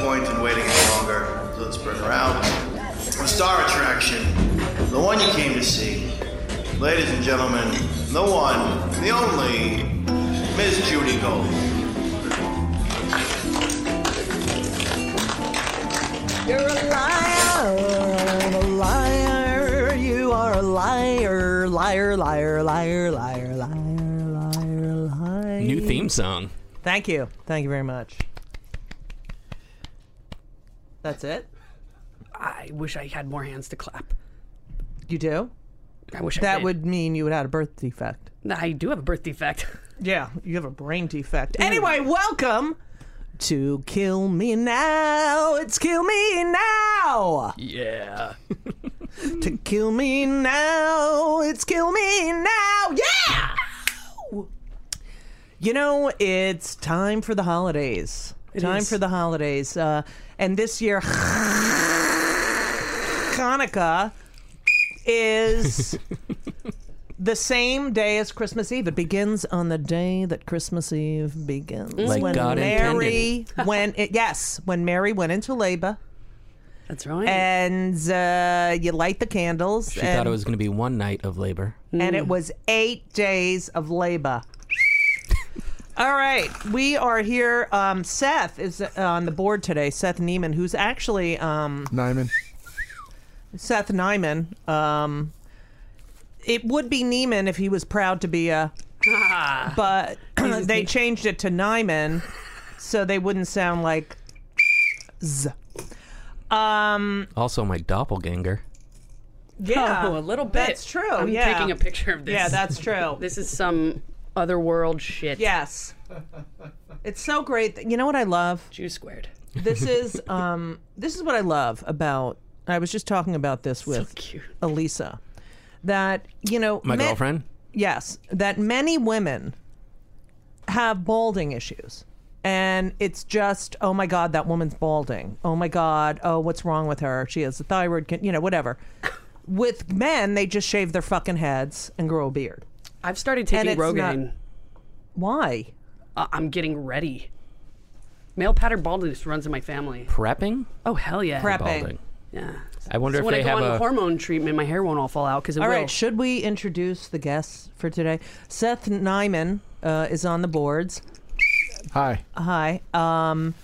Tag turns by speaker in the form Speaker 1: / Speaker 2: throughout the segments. Speaker 1: point in waiting any longer, so let's bring her out. The star attraction, the one you came to see. Ladies and gentlemen, the one, the only, Miss Judy Gold.
Speaker 2: You're a liar, a liar. You are a liar, liar, liar, liar, liar, liar, liar, liar.
Speaker 3: New theme song.
Speaker 2: Thank you. Thank you very much. That's it.
Speaker 4: I wish I had more hands to clap.
Speaker 2: You do.
Speaker 4: I wish I
Speaker 2: That
Speaker 4: did.
Speaker 2: would mean you would have a birth defect.
Speaker 4: I do have a birth defect.
Speaker 2: Yeah, you have a brain defect. Anyway, welcome to Kill Me Now. It's Kill Me Now.
Speaker 4: Yeah.
Speaker 2: To Kill Me Now. It's Kill Me Now. Yeah! You know, it's time for the holidays. time
Speaker 4: is.
Speaker 2: for the holidays. Uh, and this year, Hanukkah is the same day as Christmas Eve. It begins on the day that Christmas Eve begins.
Speaker 3: Like
Speaker 2: when
Speaker 3: God
Speaker 2: Mary when it, yes, when Mary went into labor
Speaker 4: That's right.
Speaker 2: and uh, you light the candles
Speaker 3: She
Speaker 2: and,
Speaker 3: thought it was going to be one night of labor.
Speaker 2: and it was 8 days of labor. All right, we are here. Um, Seth is on the board today. Seth Neiman, who's actually um,
Speaker 5: Nyman.
Speaker 2: Seth Nyman. Um, it would be Neiman if he was proud to be a,
Speaker 4: Ah,
Speaker 2: but they changed it to Nyman, so they wouldn't sound like. Z.
Speaker 3: Also, my doppelganger.
Speaker 4: Oh, a little bit.
Speaker 2: That's true,
Speaker 4: I'm
Speaker 2: yeah.
Speaker 4: taking a picture of this.
Speaker 2: Yeah, that's true.
Speaker 4: This is some otherworld shit.
Speaker 2: yes, it's so great. That, you know what I love?
Speaker 4: Jew squared.
Speaker 2: This is um, this is what I love about. I was just talking about this with
Speaker 4: Cute.
Speaker 2: Elisa, that you know
Speaker 3: My
Speaker 2: men-
Speaker 3: girlfriend.
Speaker 2: yes, that many women have balding issues. And it's just, oh my God, that woman's balding. Oh my God, oh, what's wrong with her? She has a thyroid, con- you know, whatever. With men, they just shave their fucking heads and grow a beard.
Speaker 4: I've started
Speaker 2: And
Speaker 4: taking
Speaker 2: it's
Speaker 4: Rogaine.
Speaker 2: Why?
Speaker 4: Uh, I'm getting ready. Male pattern baldness runs in my family.
Speaker 3: Prepping?
Speaker 4: Oh hell yeah.
Speaker 2: Prepping.
Speaker 3: Balding.
Speaker 4: Yeah.
Speaker 3: I wonder
Speaker 4: So
Speaker 3: if
Speaker 4: when
Speaker 3: they
Speaker 4: I go
Speaker 3: have
Speaker 4: on
Speaker 3: a.
Speaker 4: hormone treatment, my hair won't all fall out because it
Speaker 2: All
Speaker 4: will.
Speaker 2: right, should we introduce the guests for today? Seth Nyman uh, is on the boards.
Speaker 5: Hi.
Speaker 2: Hi. Um,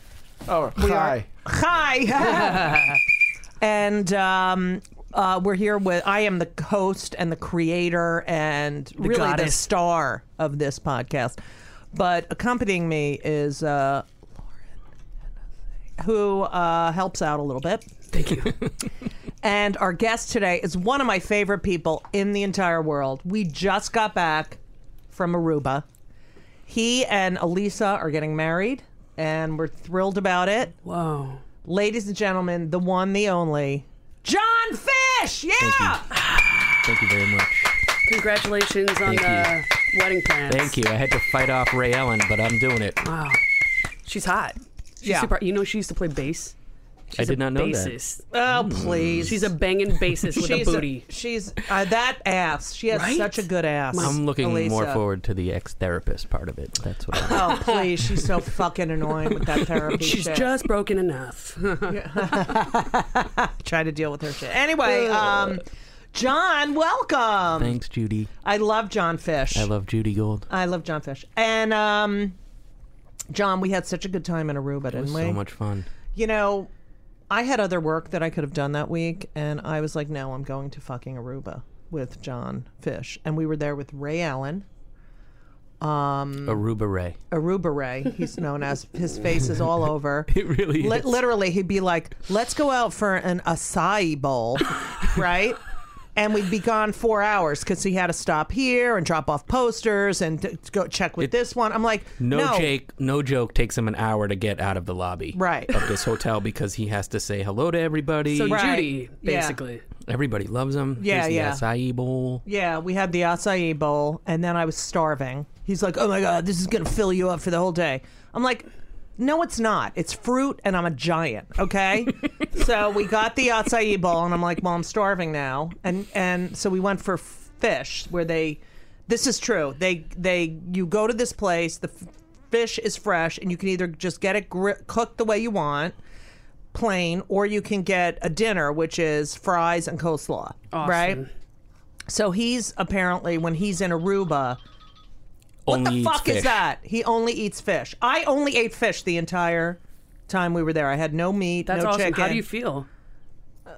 Speaker 5: Oh, hi.
Speaker 2: Hi. and um, uh, we're here with, I am the host and the creator and really the
Speaker 4: goddess.
Speaker 2: star of this podcast. But accompanying me is uh, Lauren, who uh, helps out a little bit.
Speaker 4: Thank you.
Speaker 2: And our guest today is one of my favorite people in the entire world. We just got back from Aruba. He and Elisa are getting married, and we're thrilled about it
Speaker 4: Whoa.
Speaker 2: ladies and gentlemen, the one, the only, John Fish. Yeah.
Speaker 3: Thank you very much.
Speaker 4: Congratulations on
Speaker 3: Thank
Speaker 4: the wedding plans.
Speaker 3: Thank you. I had to fight off Ray Ellen, but I'm doing it.
Speaker 2: Ah,
Speaker 4: Wow. She's hot. She's
Speaker 2: Yeah.
Speaker 4: super, you know she used to play bass?
Speaker 3: I
Speaker 4: She's
Speaker 3: did
Speaker 4: a
Speaker 3: not know that.
Speaker 4: bassist.
Speaker 2: Oh, please.
Speaker 4: She's a banging bassist with
Speaker 2: she's
Speaker 4: a booty.
Speaker 2: she's uh, that ass. She has
Speaker 4: Right?
Speaker 2: such a good ass.
Speaker 3: I'm looking more
Speaker 2: Elisa.
Speaker 3: forward to the ex therapist part of it. That's what I'm.
Speaker 2: Oh, please. She's so fucking annoying with that therapy
Speaker 4: She's
Speaker 2: shit.
Speaker 4: just broken enough.
Speaker 2: Try to deal with her shit. Anyway, um, John, welcome.
Speaker 3: Thanks, Judy.
Speaker 2: I love John Fish.
Speaker 3: I love Judy Gold.
Speaker 2: I love John Fish. And um, John, we had such a good time in Aruba, didn't we?
Speaker 3: So much fun.
Speaker 2: you know, I had other work that I could have done that week, and I was like, no, I'm going to fucking Aruba with John Fish. And we were there with Ray Allen,
Speaker 3: Aruba Ray.
Speaker 2: Aruba Ray, he's known as. His face is all over.
Speaker 3: It really
Speaker 2: Li-
Speaker 3: is.
Speaker 2: literally, he'd be like, let's go out for an acai bowl, right? And we'd be gone four hours because he had to stop here and drop off posters and t- go check with this one. I'm like,
Speaker 3: No,
Speaker 2: no,
Speaker 3: Jake, no joke takes him an hour to get out of the lobby
Speaker 2: Right.
Speaker 3: of this hotel because he has to say hello to everybody.
Speaker 4: So
Speaker 2: Right.
Speaker 4: Judy,
Speaker 2: Yeah.
Speaker 4: basically.
Speaker 3: everybody loves him.
Speaker 2: Yeah,
Speaker 3: Here's the acai bowl.
Speaker 2: Yeah, we had the acai bowl, and then I was starving. He's like, "Oh my god, this is gonna fill you up for the whole day." I'm like, "No, it's not. It's fruit, and I'm a giant." Okay, so we got the acai bowl, and I'm like, "Well, I'm starving now," and and so we went for fish, where they, this is true. They they you go to this place, the f- fish is fresh, and you can either just get it gri- cooked the way you want, plain, or you can get a dinner, which is fries and coleslaw. Right?
Speaker 4: Awesome.
Speaker 2: So he's apparently, when he's in Aruba, what
Speaker 3: Only
Speaker 2: the
Speaker 3: eats
Speaker 2: fuck is
Speaker 3: fish.
Speaker 2: that? He only eats fish. I only ate fish the entire time we were there. I had no meat,
Speaker 4: That's
Speaker 2: no
Speaker 4: awesome.
Speaker 2: chicken.
Speaker 4: How do you feel?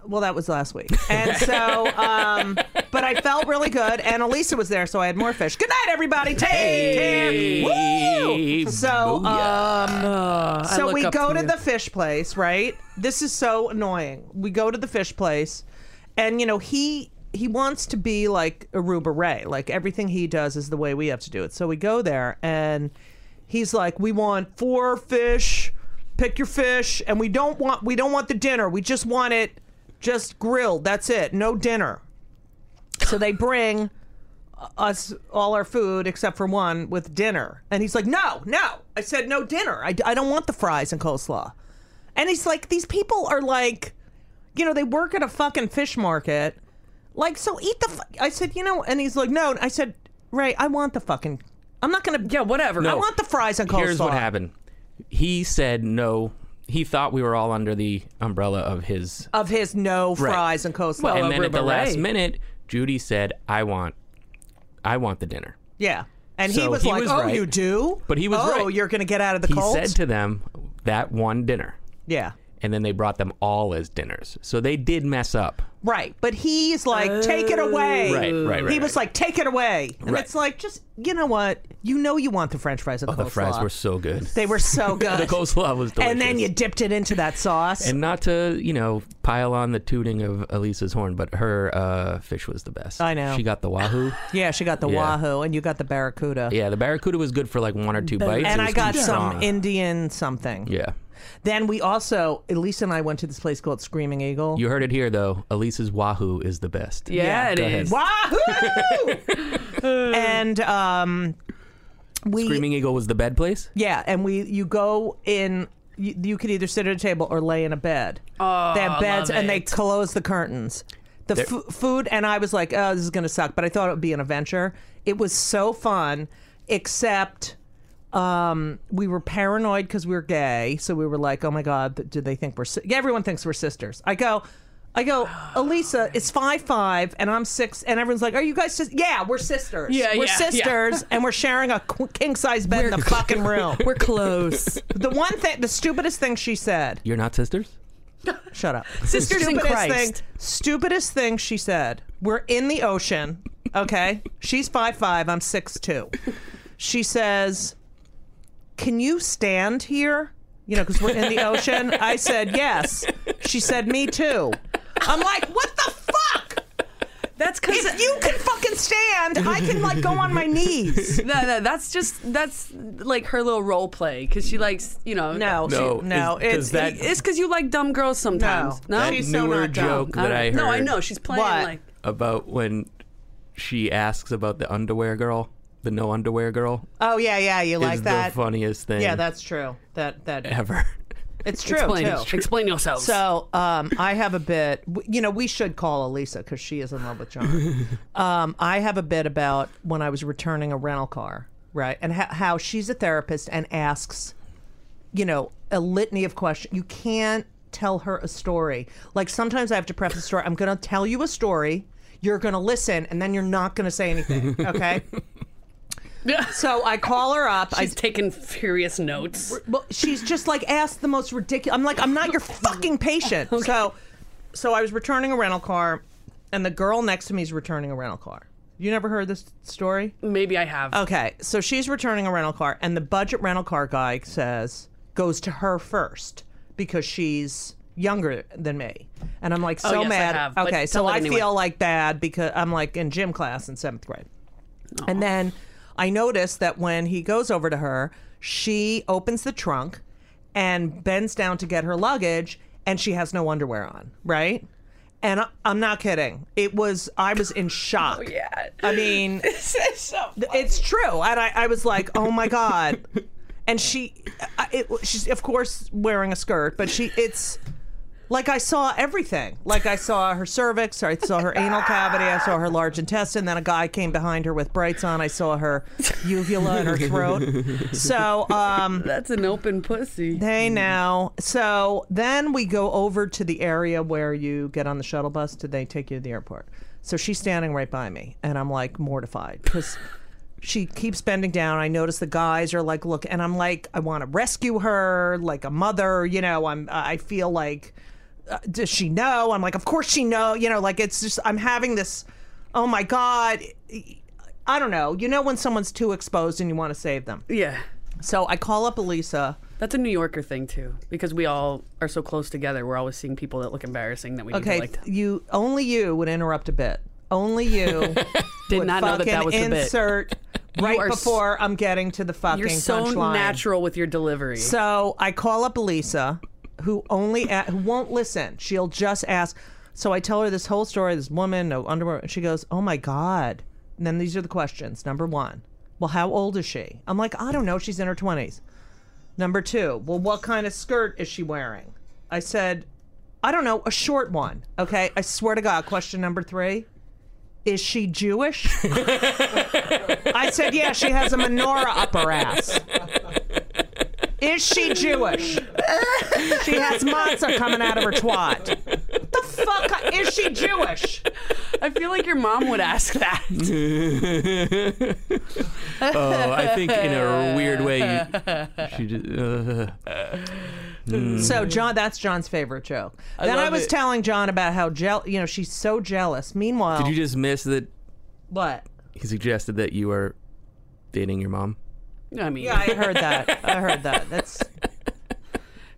Speaker 2: Well, that was last week. And so, um, but I felt really good. And Elisa was there, so I had more fish. Good night, everybody. Take care. Woo! So, um, so
Speaker 4: look
Speaker 2: we
Speaker 4: up
Speaker 2: go
Speaker 4: to
Speaker 2: to
Speaker 4: you.
Speaker 2: the fish place, right? This is so annoying. We go to the fish place, and you know he he wants to be like Aruba Ray, like everything he does is the way we have to do it. So we go there, and he's like, "We want four fish. Pick your fish, and we don't want we don't want the dinner. We just want it just grilled. That's it. No dinner." So they bring us all our food except for one with dinner. And he's like, no, no. I said, no dinner. I, I don't want the fries and coleslaw. And he's like, these people are like, you know, they work at a fucking fish market. Like, so eat the. Fu-. I said, you know, and he's like, no. I said, Ray, I want the fucking. I'm not going to.
Speaker 4: Yeah, whatever.
Speaker 2: I want the fries and coleslaw.
Speaker 3: Here's what happened. He said no. He thought we were all under the umbrella of his.
Speaker 2: Of his no fries and coleslaw.
Speaker 4: Well,
Speaker 3: and then at the
Speaker 4: Aruba
Speaker 3: last
Speaker 4: Ray.
Speaker 3: minute, Judy said, "I want, I want the dinner."
Speaker 2: yeah. And he
Speaker 3: So
Speaker 2: was
Speaker 3: he
Speaker 2: like,
Speaker 3: was
Speaker 2: oh,
Speaker 3: right.
Speaker 2: you do?
Speaker 3: But he was
Speaker 2: oh,
Speaker 3: right.
Speaker 2: you're going to get out of the
Speaker 3: He
Speaker 2: cold?
Speaker 3: said to them that one dinner,
Speaker 2: yeah.
Speaker 3: and then they brought them all as dinners. So they did mess up.
Speaker 2: Right, but he's like, take it away.
Speaker 3: Right, right, right,
Speaker 2: He was
Speaker 3: right.
Speaker 2: like, take it away, and
Speaker 3: Right. Oh,
Speaker 2: it's like, just you know what, you know, you want the French fries and
Speaker 3: The
Speaker 2: coleslaw.
Speaker 3: fries were so good.
Speaker 2: they were so good.
Speaker 3: the coleslaw was delicious.
Speaker 2: and then you dipped it into that sauce.
Speaker 3: And not to, you know, pile on the tooting of Elisa's horn, but her uh, fish was the best.
Speaker 2: I know.
Speaker 3: She got the wahoo.
Speaker 2: yeah, she got the
Speaker 3: Yeah.
Speaker 2: wahoo, and you got the barracuda.
Speaker 3: yeah, the barracuda was good for like one or two bites.
Speaker 2: And
Speaker 3: It
Speaker 2: I
Speaker 3: was
Speaker 2: got
Speaker 3: too
Speaker 2: some
Speaker 3: strong.
Speaker 2: Indian something.
Speaker 3: Yeah.
Speaker 2: Then we also, Elisa and I went to this place called Screaming Eagle.
Speaker 3: You heard it here, though. Elisa's wahoo is the best.
Speaker 4: Yeah, it
Speaker 3: Go ahead.
Speaker 4: is.
Speaker 2: Wahoo! and um, we
Speaker 3: Screaming Eagle was the bed place?
Speaker 2: Yeah, and we you go in. You, you could either sit at a table or lay in a bed. Oh, they have beds
Speaker 4: love
Speaker 2: and they
Speaker 4: it.
Speaker 2: close the curtains. The fu- food and I was like, oh, this is gonna suck, but I thought it would be an adventure. It was so fun, except um, we were paranoid because we were gay, so we were like, oh my god, th- do they think we're? Si-? Yeah, everyone thinks we're sisters. I go. I go, Elisa is five five, and I'm six, and everyone's like, "Are you guys sis-" Yeah, we're sisters.
Speaker 4: Yeah,
Speaker 2: we're
Speaker 4: yeah, yeah.
Speaker 2: sisters, and we're sharing a king size bed in the fucking room."
Speaker 6: We're close.
Speaker 2: The one thing, the stupidest thing she said.
Speaker 3: You're not sisters?
Speaker 2: Shut up.
Speaker 6: Sisters in
Speaker 2: Stupidest
Speaker 6: Christ.
Speaker 2: Thing, stupidest thing she said. We're in the ocean. Okay, she's five five. I'm six two. She says, "Can you stand here?" You know, because we're in the ocean. I said yes. She said, "Me too." I'm like, what the fuck?
Speaker 6: That's because
Speaker 2: If you can fucking stand, I can like go on my knees.
Speaker 4: No, no, that's just that's like her little role play because she likes you know.
Speaker 2: No,
Speaker 3: No,
Speaker 2: she, no,
Speaker 3: is-
Speaker 2: it's
Speaker 3: does that-
Speaker 4: it's because you like dumb girls sometimes.
Speaker 2: No.
Speaker 4: No,
Speaker 2: That
Speaker 4: she's
Speaker 2: so
Speaker 3: newer
Speaker 2: not dumb.
Speaker 3: joke that I heard
Speaker 4: Uh, No, I know she's playing
Speaker 2: What?
Speaker 4: like
Speaker 3: about when she asks about the underwear girl, the no underwear girl,
Speaker 2: oh yeah, yeah, you like
Speaker 3: is
Speaker 2: that?
Speaker 3: the funniest thing
Speaker 2: Yeah, that's true. That that
Speaker 3: ever.
Speaker 2: It's true
Speaker 4: explain,
Speaker 2: Oh, too.
Speaker 4: explain yourself.
Speaker 2: So um, I have a bit. w- You know, we should call Elisa because she is in love with John. um, I have a bit about when I was returning a rental car, right, and ho- how she's a therapist and asks, you know, a litany of questions. You can't tell her a story. Like sometimes I have to preface the story. I'm going to tell you a story. You're going to listen, and then you're not going to say anything. Okay. so I call her up. I
Speaker 4: she's taking furious notes.
Speaker 2: well, she's just like asked the most ridiculous. I'm like, I'm not your fucking patient. So, so I was returning a rental car, and the girl next to me is returning a rental car. You never heard this story?
Speaker 4: Maybe I have.
Speaker 2: Okay, so she's returning a rental car, and the budget rental car guy says goes to her first because she's younger than me, and I'm like so
Speaker 4: Oh, yes, I
Speaker 2: mad.
Speaker 4: have, but
Speaker 2: okay, so
Speaker 4: tell it
Speaker 2: I
Speaker 4: anyway.
Speaker 2: feel like bad because I'm like in gym class in seventh grade, and then I notice that when he goes over to her, she opens the trunk and bends down to get her luggage, and she has no underwear on, right? And I, I'm not kidding. It was I was in shock.
Speaker 4: Oh, Yeah.
Speaker 2: I mean,
Speaker 4: so
Speaker 2: it's true. And I, I was like, oh my God. And she, I- it, she's of course wearing a skirt, but she, it's, Like I saw everything. Like I saw her cervix, I saw her anal cavity, I saw her large intestine. Then a guy came behind her with brights on. I saw her uvula and her throat. So um,
Speaker 4: That's an open pussy.
Speaker 2: Hey now. So then we go over to the area where you get on the shuttle bus. Did they take you to the airport? So she's standing right by me, and I'm like mortified because she keeps bending down. I notice the guys are like, look, and I'm like, I want to rescue her, like a mother. You know, I'm. I feel like, uh, does she know? I'm like, of course she know. You know, like it's just I'm having this. Oh my god. I don't know. You know when someone's too exposed and you want to save them.
Speaker 4: Yeah.
Speaker 2: So I call up Elisa.
Speaker 4: That's a New Yorker thing too, because we all are so close together. We're always seeing people that look embarrassing that we
Speaker 2: Okay,
Speaker 4: need to like.
Speaker 2: you only you would interrupt a bit. Only you
Speaker 4: Did
Speaker 2: would
Speaker 4: not know that
Speaker 2: fucking
Speaker 4: that was the bit.
Speaker 2: insert right
Speaker 4: are s-
Speaker 2: before I'm getting to the fucking
Speaker 4: You're so
Speaker 2: punchline.
Speaker 4: natural with your delivery.
Speaker 2: So I call up Elisa, who only a- who won't listen. She'll just ask. So I tell her this whole story. This woman, no underwear. And she goes, "Oh my god." And then these are the questions. Number one, well, how old is she? I'm like, I don't know. She's in her twenties. Number two, well, what kind of skirt is she wearing? I said, I don't know, a short one. Okay, I swear to God. Question number three. Is she Jewish? I said, yeah, she has a menorah up her ass. Is she Jewish? she has matzah coming out of her twat. The fuck is she Jewish?
Speaker 4: I feel like your mom would ask that.
Speaker 3: oh, I think in a weird way, you, she just, uh,
Speaker 2: So John, that's John's favorite joke. then I
Speaker 3: love
Speaker 2: was
Speaker 3: it.
Speaker 2: telling John about how jeal, you know, she's so jealous. Meanwhile,
Speaker 3: did you just miss that
Speaker 2: what?
Speaker 3: he suggested that you were dating your mom?
Speaker 4: I mean,
Speaker 2: Yeah, I heard that. I heard that. That's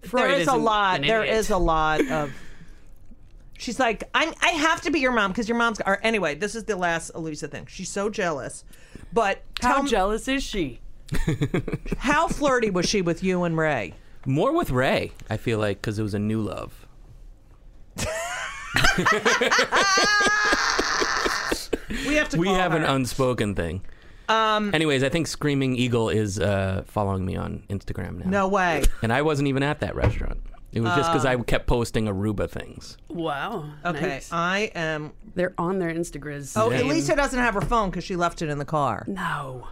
Speaker 4: Freud
Speaker 2: there is a
Speaker 4: isn't
Speaker 2: lot.
Speaker 4: an
Speaker 2: There
Speaker 4: idiot.
Speaker 2: is a lot of. She's like, I'm. I have to be your mom because your mom's. Or anyway, this is the last Elisa thing. She's so jealous, but
Speaker 4: How
Speaker 2: tell me-
Speaker 4: jealous is she?
Speaker 2: how flirty was she with you and Ray?
Speaker 3: More with Ray, I feel like, because it was a new love.
Speaker 2: We have to.
Speaker 3: We
Speaker 2: call
Speaker 3: have an
Speaker 2: her.
Speaker 3: unspoken thing. Um. Anyways, I think Screaming Eagle is uh, following me on Instagram now.
Speaker 2: No way.
Speaker 3: And I wasn't even at that restaurant. It was just because I kept posting Aruba things.
Speaker 4: Wow.
Speaker 2: Okay,
Speaker 4: nice.
Speaker 2: I am.
Speaker 4: They're on their Instagrams.
Speaker 2: Oh,
Speaker 3: Dang.
Speaker 2: Elisa doesn't have her phone because she left it in the car.
Speaker 4: no.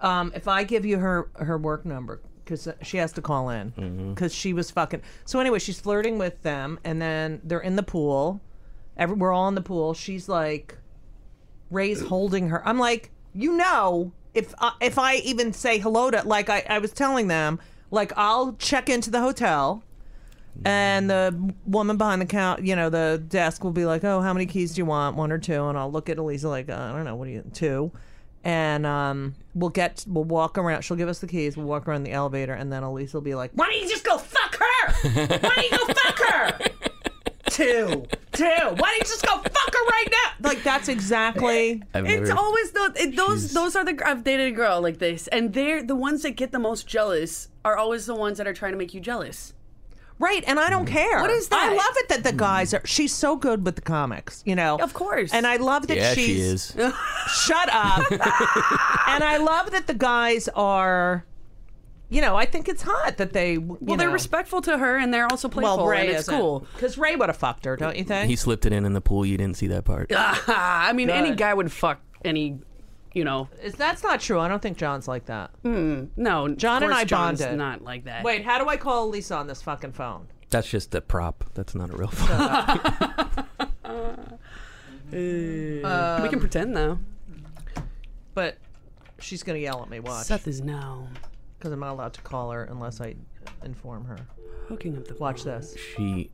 Speaker 2: Um, if I give you her her work number, because she has to call in,
Speaker 3: Mm-hmm.
Speaker 2: because she was fucking. So anyway, she's flirting with them, and then they're in the pool. Every, we're all in the pool. She's like, Ray's holding her. I'm like, you know, if I, if I even say hello to, like I, I was telling them, like I'll check into the hotel. And the woman behind the count, you know, the desk will be like, "Oh, how many keys do you want? One or two? And I'll look at Elisa like, uh, "I don't know, what do you two? And um, we'll get, we'll walk around. She'll give us the keys. We'll walk around the elevator, and then Elisa will be like, "Why don't you just go fuck her? Why don't you go fuck her? two, two. Why don't you just go fuck her right now? Like that's exactly.
Speaker 3: I've
Speaker 4: It's
Speaker 3: never-
Speaker 4: always those it, those
Speaker 3: Jeez.
Speaker 4: those are the I've dated a girl like this, and they're the ones that get the most jealous are always the ones that are trying to make you jealous.
Speaker 2: Right, and I don't care. What
Speaker 4: Mm-hmm. is that?
Speaker 2: I love it that the guys are. She's so good with the comics, you know.
Speaker 4: Of course.
Speaker 2: And I love that
Speaker 3: Yeah,
Speaker 2: she's.
Speaker 3: she is.
Speaker 2: Shut up. and I love that the guys are. You know, I think it's hot that they. Well,
Speaker 4: Well, they're respectful to her, and they're also playful,
Speaker 2: Well, Ray
Speaker 4: and it's cool.
Speaker 2: because Ray would have fucked her, don't you think?
Speaker 3: He slipped it in in the pool. You didn't see that part.
Speaker 4: I mean, any guy would fuck any, you know.
Speaker 2: Is- That's not true. I don't think John's like that.
Speaker 4: Mm. No,
Speaker 2: John
Speaker 4: of
Speaker 2: and
Speaker 4: course
Speaker 2: I
Speaker 4: John's
Speaker 2: bonded.
Speaker 4: Not like that.
Speaker 2: Wait, how do I call Lisa on this fucking phone?
Speaker 3: That's just a prop. That's not a real phone.
Speaker 4: Mm. we can pretend though.
Speaker 2: But she's gonna yell at me. Watch.
Speaker 4: Seth is now
Speaker 2: because I'm not allowed to call her unless I inform her.
Speaker 4: hooking up the
Speaker 2: Watch this.
Speaker 3: She.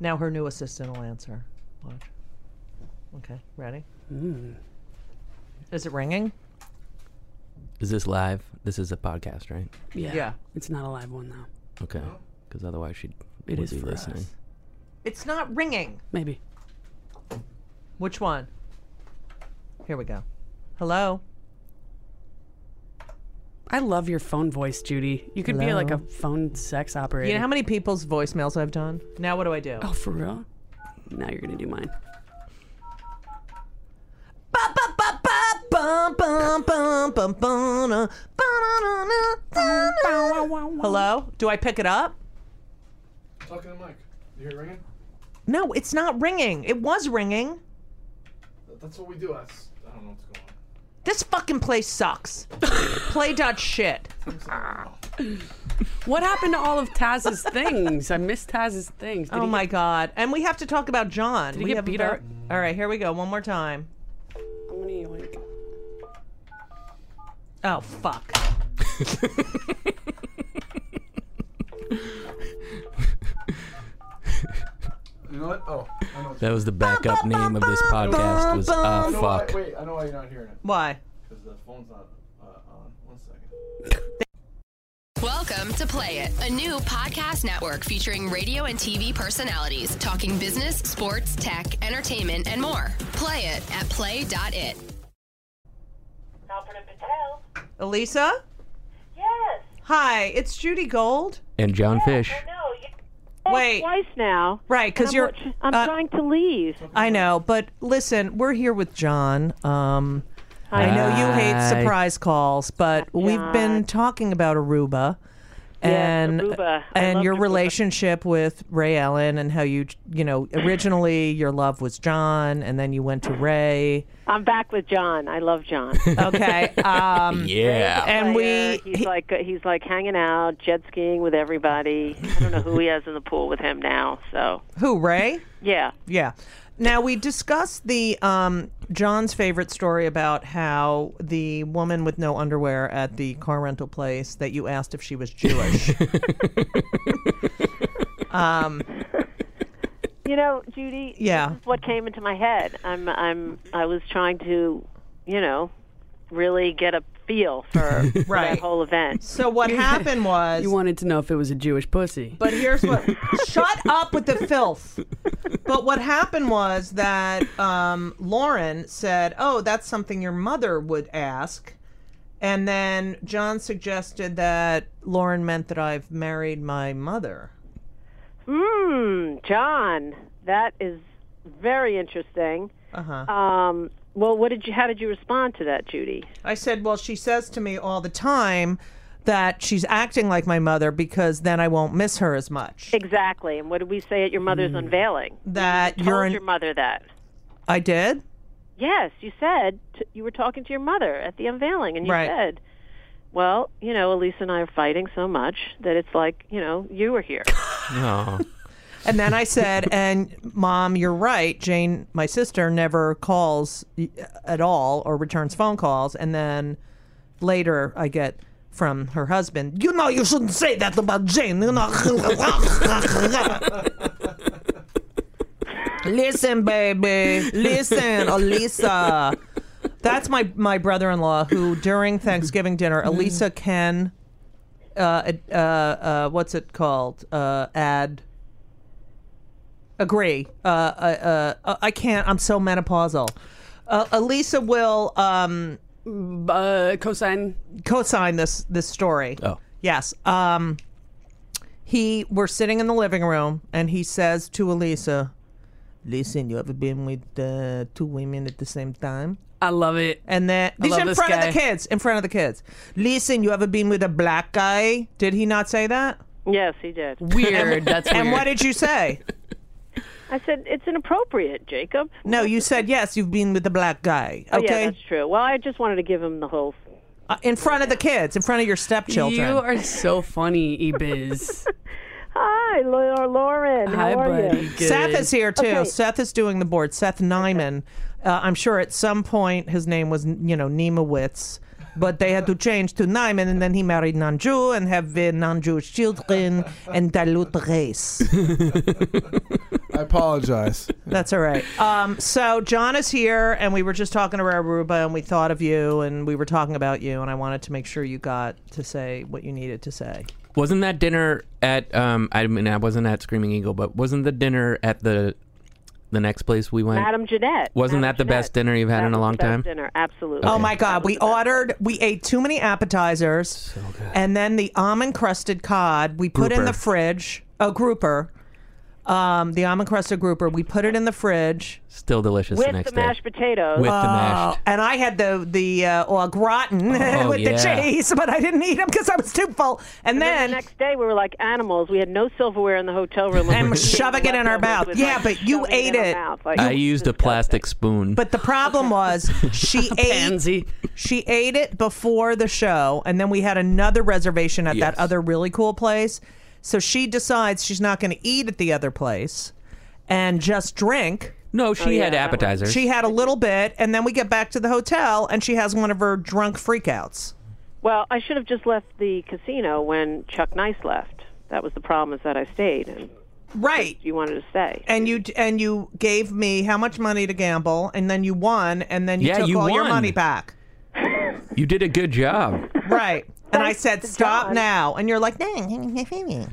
Speaker 2: Now her new assistant will answer. Watch. Okay, ready?
Speaker 4: Mm.
Speaker 2: Is it ringing?
Speaker 3: Is this live? This is a podcast, right?
Speaker 4: Yeah.
Speaker 2: Yeah.
Speaker 4: It's not a live one though.
Speaker 3: Okay. Because otherwise she'd
Speaker 4: It
Speaker 3: would
Speaker 4: is
Speaker 3: be
Speaker 4: for
Speaker 3: listening.
Speaker 4: us.
Speaker 2: It's not ringing.
Speaker 4: Maybe.
Speaker 2: Which one? Here we go. Hello?
Speaker 4: I love your phone voice, Judy. You could be
Speaker 2: Hello?
Speaker 4: like a phone sex operator.
Speaker 2: You know how many people's voicemails I've done? Now what do I do?
Speaker 4: oh, for real? Now you're gonna do mine.
Speaker 2: Hello? Do I pick it up?
Speaker 5: Talking to Mike. You hear it ringing?
Speaker 2: No, it's not ringing. It was ringing.
Speaker 5: That's what we do. I, s- I don't know what's going on.
Speaker 2: This fucking place sucks. Play dot shit.
Speaker 5: Ah.
Speaker 4: What happened to all of Taz's things? I missed Taz's things. Did
Speaker 2: oh
Speaker 4: he
Speaker 2: my
Speaker 4: get-
Speaker 2: god! And we have to talk about John.
Speaker 4: he
Speaker 2: we
Speaker 4: get
Speaker 2: have
Speaker 4: beat
Speaker 2: about-
Speaker 4: up?
Speaker 2: All right, here we go. One more time.
Speaker 4: I'm gonna yoink.
Speaker 2: Oh fuck!
Speaker 5: You know what? Oh, I know. What's
Speaker 3: That was the backup name of this podcast. Was ah
Speaker 5: No,
Speaker 3: fuck.
Speaker 5: I, Oh, wait, I know why you're not hearing it.
Speaker 2: Why?
Speaker 5: Because the phone's not uh, on. One second.
Speaker 7: Welcome to Play It, a new podcast network featuring radio and TV personalities talking business, sports, tech, entertainment, and more. Play it at play.it.
Speaker 8: Alfred Patel.
Speaker 2: Elisa?
Speaker 8: Yes.
Speaker 2: Hi, it's Judy Gold.
Speaker 3: And John Fish.
Speaker 8: No. You-
Speaker 2: Wait.
Speaker 8: Twice now.
Speaker 2: Right, because
Speaker 8: I'm
Speaker 2: you're.
Speaker 8: watch- I'm
Speaker 2: uh,
Speaker 8: trying to leave.
Speaker 2: I know, but listen, we're here with John. Um, I know you hate
Speaker 3: Hi.
Speaker 2: surprise calls, but we've been talking about Aruba and
Speaker 8: Aruba. I
Speaker 2: and
Speaker 8: loved
Speaker 2: your
Speaker 8: Aruba.
Speaker 2: relationship with Ray Allen and how you you know originally your love was John and then you went to Ray.
Speaker 8: I'm back with John. I love John.
Speaker 2: Okay. Um,
Speaker 3: Yeah.
Speaker 2: and
Speaker 8: uh, Player.
Speaker 2: we
Speaker 8: he's like uh, he's like hanging out, jet skiing with everybody. I don't know who he has in the pool with him now. So
Speaker 2: who Ray?
Speaker 8: yeah,
Speaker 2: Yeah. Now we discussed the um, John's favorite story about how the woman with no underwear at the car rental place that you asked if she was Jewish.
Speaker 8: you know, Judy.
Speaker 2: Yeah.
Speaker 8: this is what came into my head. I'm I'm I was trying to, you know, really get a feel for, for
Speaker 2: Right.
Speaker 8: that whole event.
Speaker 2: so what happened was
Speaker 4: You wanted to know if it was a Jewish pussy.
Speaker 2: But here's what. shut up with the filth. But what happened was that um, Lauren said, "Oh, that's something your mother would ask," and then John suggested that Lauren meant that I've married my mother.
Speaker 8: Hmm, John, that is very interesting.
Speaker 2: Uh-huh.
Speaker 8: Um, well, what did you? How did you respond to that, Judy?
Speaker 2: I said, "Well, she says to me all the time." That she's acting like my mother because then I won't miss her as much.
Speaker 8: Exactly. And what did we say at your mother's unvailing?
Speaker 2: That
Speaker 8: Told
Speaker 2: Hmm. you're an,
Speaker 8: your mother that.
Speaker 2: I did.
Speaker 8: Yes, you said t- you were talking to your mother at the unveiling, and you
Speaker 2: Right.
Speaker 8: said, "Well, you know, Elise and I are fighting so much that it's like you know you were here."
Speaker 3: Oh.
Speaker 2: And then I said, and mom, you're right. Jane, my sister, never calls y- at all or returns phone calls. And then later I get from her husband, you know, you shouldn't say that about Jane. You know. listen, baby. Listen, Elisa. That's my, my brother in law who, during Thanksgiving dinner, Elisa can, uh, uh, uh, what's it called? Uh, add agree. Uh, uh, uh, I can't. I'm so menopausal. Uh, Elisa will um,
Speaker 4: Uh, cosine.
Speaker 2: co-sign this this story.
Speaker 3: Oh.
Speaker 2: Yes. Um, he we're sitting in the living room, and he says to Elisa, "Listen, you ever been with uh, two women at the same time?"
Speaker 4: I love it.
Speaker 2: And then these
Speaker 4: love
Speaker 2: are in
Speaker 4: this
Speaker 2: front of the
Speaker 4: guy.
Speaker 2: kids. In front of the kids. Listen, you ever been with a black guy? Did he not say that?
Speaker 8: yes, he did.
Speaker 4: Weird. That's weird.
Speaker 2: And what did you say?
Speaker 8: I said it's inappropriate, Jacob.
Speaker 2: no, you said yes. You've been with a black guy.
Speaker 8: Oh,
Speaker 2: Okay.
Speaker 8: Yeah, that's true. Well, I just wanted to give him the whole
Speaker 2: Uh, in front of the kids, in front of your stepchildren.
Speaker 4: You are so funny, Ebiz.
Speaker 8: Hi, Lau- Lauren. How
Speaker 4: Hi,
Speaker 8: are
Speaker 4: buddy.
Speaker 8: you?
Speaker 4: Good.
Speaker 2: Seth is here too.
Speaker 8: Okay.
Speaker 2: Seth is doing the board. Seth Nyman. Uh, I'm sure at some point his name was you know Nimowitz, but they had to change to Nyman, and then he married non-Jew and have uh, non-Jewish children and dilute the race.
Speaker 5: I apologize.
Speaker 2: That's all right. Um, so John is here, and we were just talking to Aruba, and we thought of you, and we were talking about you, and I wanted to make sure you got to say what you needed to say.
Speaker 3: Wasn't that dinner at um I mean I wasn't at Screaming Eagle, but wasn't the dinner at the the next place we went?
Speaker 8: Madam Jeanette.
Speaker 3: Wasn't
Speaker 8: Madam
Speaker 3: that the best
Speaker 8: Jeanette.
Speaker 3: dinner you've had
Speaker 8: That
Speaker 3: in a
Speaker 8: was
Speaker 3: long
Speaker 8: the best
Speaker 3: time?
Speaker 8: Dinner, absolutely.
Speaker 2: Oh my God! We ordered. We ate too many appetizers, and then the almond crusted cod we put in
Speaker 3: Grouper.
Speaker 2: the fridge. A grouper, um, the almond crusted grouper. We put it in the fridge.
Speaker 3: Still delicious the
Speaker 8: With
Speaker 3: next
Speaker 8: the mashed
Speaker 3: day.
Speaker 8: potatoes.
Speaker 3: With the
Speaker 2: Oh,
Speaker 3: mashed.
Speaker 2: and I had the the uh, well, gratin
Speaker 3: Oh,
Speaker 2: with the
Speaker 3: yeah.
Speaker 2: cheese, but I didn't eat them because I was too full. And
Speaker 8: And then
Speaker 2: then
Speaker 8: the next day, we were like animals. We had no silverware in the hotel room.
Speaker 2: And
Speaker 8: we're
Speaker 2: shoving
Speaker 8: eating
Speaker 2: it in our
Speaker 8: leftovers
Speaker 2: mouth.
Speaker 8: with,
Speaker 2: Yeah,
Speaker 8: like,
Speaker 2: but you
Speaker 8: shoving
Speaker 2: ate
Speaker 8: in our
Speaker 2: it.
Speaker 8: mouth, like,
Speaker 3: I
Speaker 8: it's
Speaker 3: used a
Speaker 8: disgusting.
Speaker 3: plastic spoon.
Speaker 2: But the problem was she ate
Speaker 4: Pansy.
Speaker 2: she ate it before the show, and then we had another reservation at
Speaker 3: Yes.
Speaker 2: that other really cool place. So she decides she's not going to eat at the other place and just drink.
Speaker 3: no, she
Speaker 8: Oh, yeah,
Speaker 3: had
Speaker 8: that one.
Speaker 3: appetizers.
Speaker 2: She had a little bit, and then we get back to the hotel, and she has one of her drunk freakouts.
Speaker 8: Well, I should have just left the casino when Chuck Nice left. That was the problem. Is that I stayed and
Speaker 2: Right.
Speaker 8: you wanted to stay.
Speaker 2: And you and you gave me how much money to gamble, and then you won, and then you
Speaker 3: Yeah,
Speaker 2: took
Speaker 3: you
Speaker 2: all your
Speaker 3: won.
Speaker 2: money back.
Speaker 3: you did a good job.
Speaker 2: Right. and I said,
Speaker 8: to
Speaker 2: "Stop
Speaker 8: John.
Speaker 2: now," and you're like, "Nah."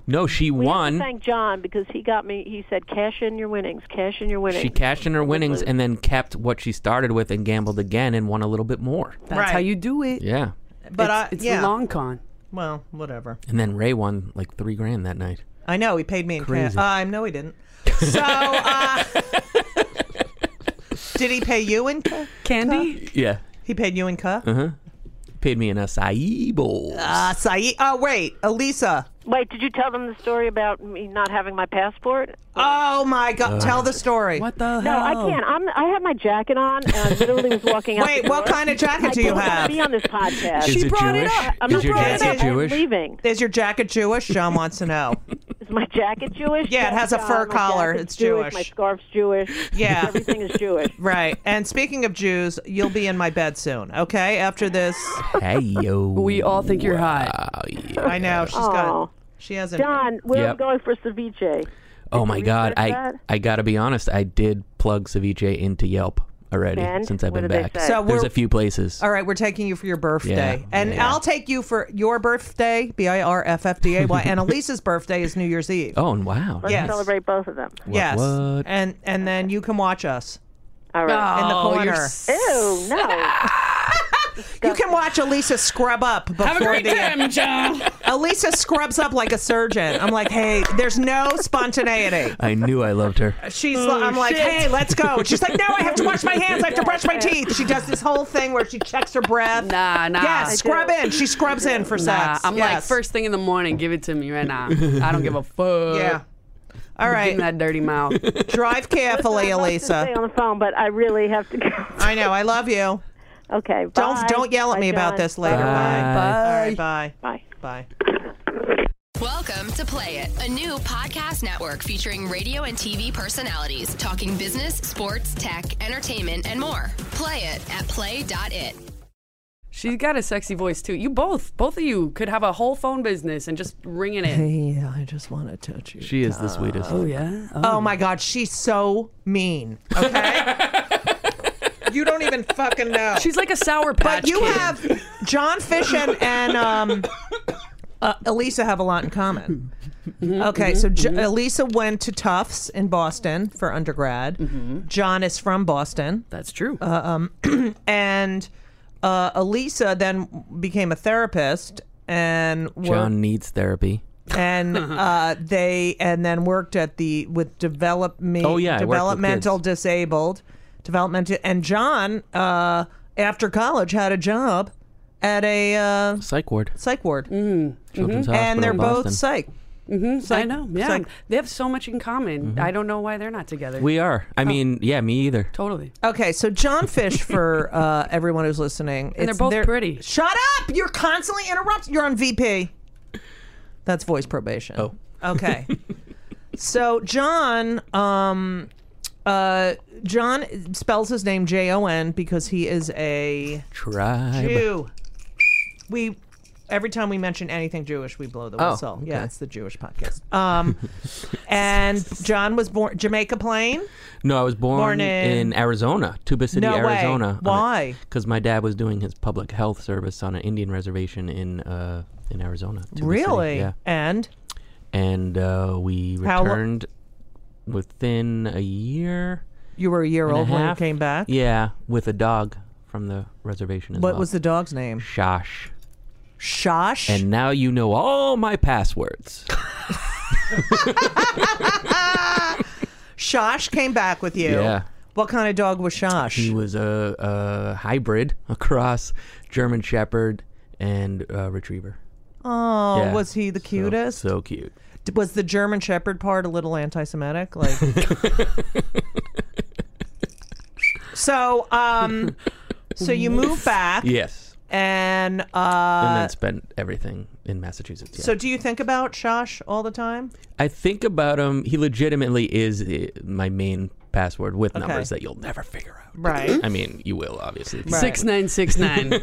Speaker 3: No, she
Speaker 8: We have to
Speaker 3: won.
Speaker 8: Thank John because he got me. He said, "Cash in your winnings. Cash in your winnings."
Speaker 3: She cashed in her winnings and then kept what she started with and gambled again and won a little bit more.
Speaker 4: That's
Speaker 2: Right.
Speaker 4: how you do it.
Speaker 3: Yeah.
Speaker 2: But
Speaker 4: it's,
Speaker 2: I,
Speaker 4: it's
Speaker 2: yeah.
Speaker 4: the long con.
Speaker 2: Well, whatever.
Speaker 3: And then Ray won like three grand that night.
Speaker 2: I know he paid me in cash.
Speaker 3: Crazy.
Speaker 2: Uh, no, he didn't. So, uh, did he pay you in? ca-
Speaker 4: Candy?
Speaker 3: Yeah.
Speaker 2: He paid you in cup.
Speaker 3: Uh-huh. Paid me an acai bowl.
Speaker 2: Uh, Saeed. Oh wait, Elisa.
Speaker 8: Wait, did you tell them the story about me not having my passport?
Speaker 2: Oh my
Speaker 3: Uh,
Speaker 2: God! Tell the story.
Speaker 4: What the
Speaker 8: No, Oh, I
Speaker 4: hell?
Speaker 3: Oh.
Speaker 8: can't. I'm, I had my jacket on, and I literally was walking out.
Speaker 2: Wait,
Speaker 8: the
Speaker 2: what
Speaker 8: door.
Speaker 2: kind of jacket do
Speaker 8: I
Speaker 2: you
Speaker 8: don't wanna
Speaker 2: have?
Speaker 8: Be on this podcast.
Speaker 3: Is
Speaker 4: She
Speaker 3: it
Speaker 4: brought it
Speaker 3: Jewish?
Speaker 4: up.
Speaker 8: I'm
Speaker 3: Is
Speaker 8: not
Speaker 3: your
Speaker 8: bringing
Speaker 3: jacket
Speaker 8: it up.
Speaker 3: Jewish?
Speaker 8: I'm leaving.
Speaker 2: Is your jacket Jewish? John wants to know.
Speaker 8: Is my jacket Jewish?
Speaker 2: Yeah, it has a
Speaker 8: Yes,
Speaker 2: fur
Speaker 8: uh, my
Speaker 2: collar.
Speaker 8: jacket's
Speaker 2: It's Jewish.
Speaker 8: My scarf's Jewish.
Speaker 2: Yeah.
Speaker 8: everything is Jewish.
Speaker 2: Right. And speaking of Jews, you'll be in my bed soon. Okay. After this,
Speaker 3: Hey yo.
Speaker 4: We all think you're hot.
Speaker 3: Oh, yeah.
Speaker 2: I know she's
Speaker 8: Aw.
Speaker 2: got. She hasn't.
Speaker 8: Don, where are
Speaker 3: Yep.
Speaker 8: we going for ceviche?
Speaker 3: Oh my god.
Speaker 8: research
Speaker 3: I
Speaker 8: that?
Speaker 3: I gotta be honest. I did plug ceviche into Yelp already
Speaker 8: And
Speaker 3: since I've
Speaker 8: what
Speaker 3: been
Speaker 8: do they
Speaker 3: back.
Speaker 8: say? So
Speaker 3: There's
Speaker 2: we're-
Speaker 3: a few places.
Speaker 2: All right, we're taking you for your birthday.
Speaker 3: Yeah,
Speaker 2: and
Speaker 3: yeah.
Speaker 2: I'll take you for your birthday, B I R F F D A Y. And Elisa's birthday is New Year's Eve.
Speaker 3: Oh, and wow.
Speaker 8: Let's
Speaker 2: Yes.
Speaker 8: celebrate both of them.
Speaker 2: yes.
Speaker 3: what?
Speaker 2: And and then you can watch us.
Speaker 8: All right.
Speaker 2: In the
Speaker 4: Oh, you're
Speaker 2: corner.
Speaker 4: s-
Speaker 8: Ew, no.
Speaker 2: You can watch Elisa scrub up before the end.
Speaker 6: John.
Speaker 2: Elisa scrubs up like a surgeon. I'm like, hey, there's no spontaneity.
Speaker 3: I knew I loved her.
Speaker 2: She's,
Speaker 4: Oh,
Speaker 2: I'm like, hey, let's go. And she's like, no, I have to wash my hands. I have to brush my teeth. She does this whole thing where she checks her breath.
Speaker 4: Nah, nah.
Speaker 2: Yeah,
Speaker 4: I
Speaker 2: scrub
Speaker 8: do.
Speaker 2: in. She scrubs in for
Speaker 4: Nah,
Speaker 2: sex.
Speaker 4: I'm like
Speaker 2: Yes.
Speaker 4: first thing in the morning. Give it to me right now. I don't give a fuck.
Speaker 2: Yeah. All
Speaker 4: Get in
Speaker 2: right.
Speaker 4: that dirty mouth.
Speaker 2: Drive carefully,
Speaker 8: Just stay
Speaker 2: Elisa.
Speaker 8: on the phone, but I really have to go.
Speaker 2: I know. I love you.
Speaker 8: Okay.
Speaker 2: Don't
Speaker 8: bye.
Speaker 2: don't yell at
Speaker 8: Bye,
Speaker 2: me about
Speaker 8: John.
Speaker 2: this later. Bye.
Speaker 3: Bye.
Speaker 2: All right. Bye.
Speaker 8: Bye.
Speaker 2: Bye.
Speaker 7: Welcome to Play It, a new podcast network featuring radio and TV personalities talking business, sports, tech, entertainment, and more. Play it at play.it.
Speaker 4: She's got a sexy voice too. You both, both of you, could have a whole phone business and just ringing it.
Speaker 2: Yeah, I just want to touch you.
Speaker 3: She is the sweetest.
Speaker 4: Oh yeah.
Speaker 2: Oh my God, she's so mean. Okay. you don't even fucking know.
Speaker 4: She's like a sour patch.
Speaker 2: but you
Speaker 4: Kid.
Speaker 2: have John Fish and, and um, uh, Elisa have a lot in common. Okay, so J- Elisa went to Tufts in Boston for undergrad. John is from Boston.
Speaker 4: That's true.
Speaker 2: and uh, Elisa then became a therapist and worked,
Speaker 3: John needs therapy.
Speaker 2: and
Speaker 3: Uh-huh.
Speaker 2: uh, they and then worked at the with development
Speaker 3: Oh, yeah, I worked with
Speaker 2: developmental
Speaker 3: kids.
Speaker 2: disabled developmental and John uh, after college had a job at a uh,
Speaker 3: Psych ward.
Speaker 2: psych ward
Speaker 3: Children's Mm. Hospital.
Speaker 2: Mm-hmm. and they're
Speaker 3: in
Speaker 2: both
Speaker 3: Boston.
Speaker 2: psych
Speaker 4: I know. Yeah, Mm-hmm.
Speaker 2: like-
Speaker 4: they have so much in common. I don't know why they're not together.
Speaker 3: We are.
Speaker 2: Oh.
Speaker 3: I mean, yeah, me either.
Speaker 4: totally.
Speaker 2: Okay, so John Fish for uh, everyone who's listening.
Speaker 4: they're
Speaker 2: it's-
Speaker 4: both pretty.
Speaker 2: Shut up! You're constantly interrupting. You're on VP. That's voice probation.
Speaker 3: Oh.
Speaker 2: Okay. so John, um, uh, John spells his name J O N because he is a
Speaker 3: Tribe.
Speaker 2: Jew. We every time we mention anything Jewish, we blow the
Speaker 3: Oh,
Speaker 2: whistle. Yeah,
Speaker 3: okay.
Speaker 2: it's the Jewish podcast. Um, and John was born Jamaica Plain.
Speaker 3: No, I was born,
Speaker 2: Born in-
Speaker 3: in... Arizona, Tuba City,
Speaker 2: No way.
Speaker 3: Arizona.
Speaker 2: Why?
Speaker 3: Because my dad was doing his public health service on an Indian reservation in uh, in Arizona. Tuba City,
Speaker 2: Really?
Speaker 3: Yeah.
Speaker 2: And
Speaker 3: And uh, we
Speaker 2: How lo-
Speaker 3: returned within a year
Speaker 2: You were a year
Speaker 3: and
Speaker 2: old
Speaker 3: a
Speaker 2: when you
Speaker 3: half.
Speaker 2: came back.
Speaker 3: Yeah, with a dog from the reservation. As
Speaker 2: What
Speaker 3: well.
Speaker 2: was the dog's name?
Speaker 3: Shosh?
Speaker 2: Shosh.
Speaker 3: And now you know all my passwords.
Speaker 2: Shosh came back with you.
Speaker 3: Yeah.
Speaker 2: What kind of dog was Shosh?
Speaker 3: He was a, a hybrid across German Shepherd and uh, Retriever.
Speaker 2: Oh,
Speaker 3: Yeah.
Speaker 2: was he the
Speaker 3: So-
Speaker 2: cutest?
Speaker 3: So cute.
Speaker 2: D- Was the German Shepherd part a little anti-Semitic? Like, so, um, so you move back,
Speaker 3: Yes.
Speaker 2: and
Speaker 3: And
Speaker 2: uh,
Speaker 3: then spent everything in Massachusetts. Yeah.
Speaker 2: so do you think about Shosh all the time?
Speaker 3: I think about him. He legitimately is uh, my main password with
Speaker 2: Okay.
Speaker 3: numbers that you'll never figure out.
Speaker 2: Right.
Speaker 3: I mean, you will obviously.
Speaker 2: Right.
Speaker 4: Six nine six nine.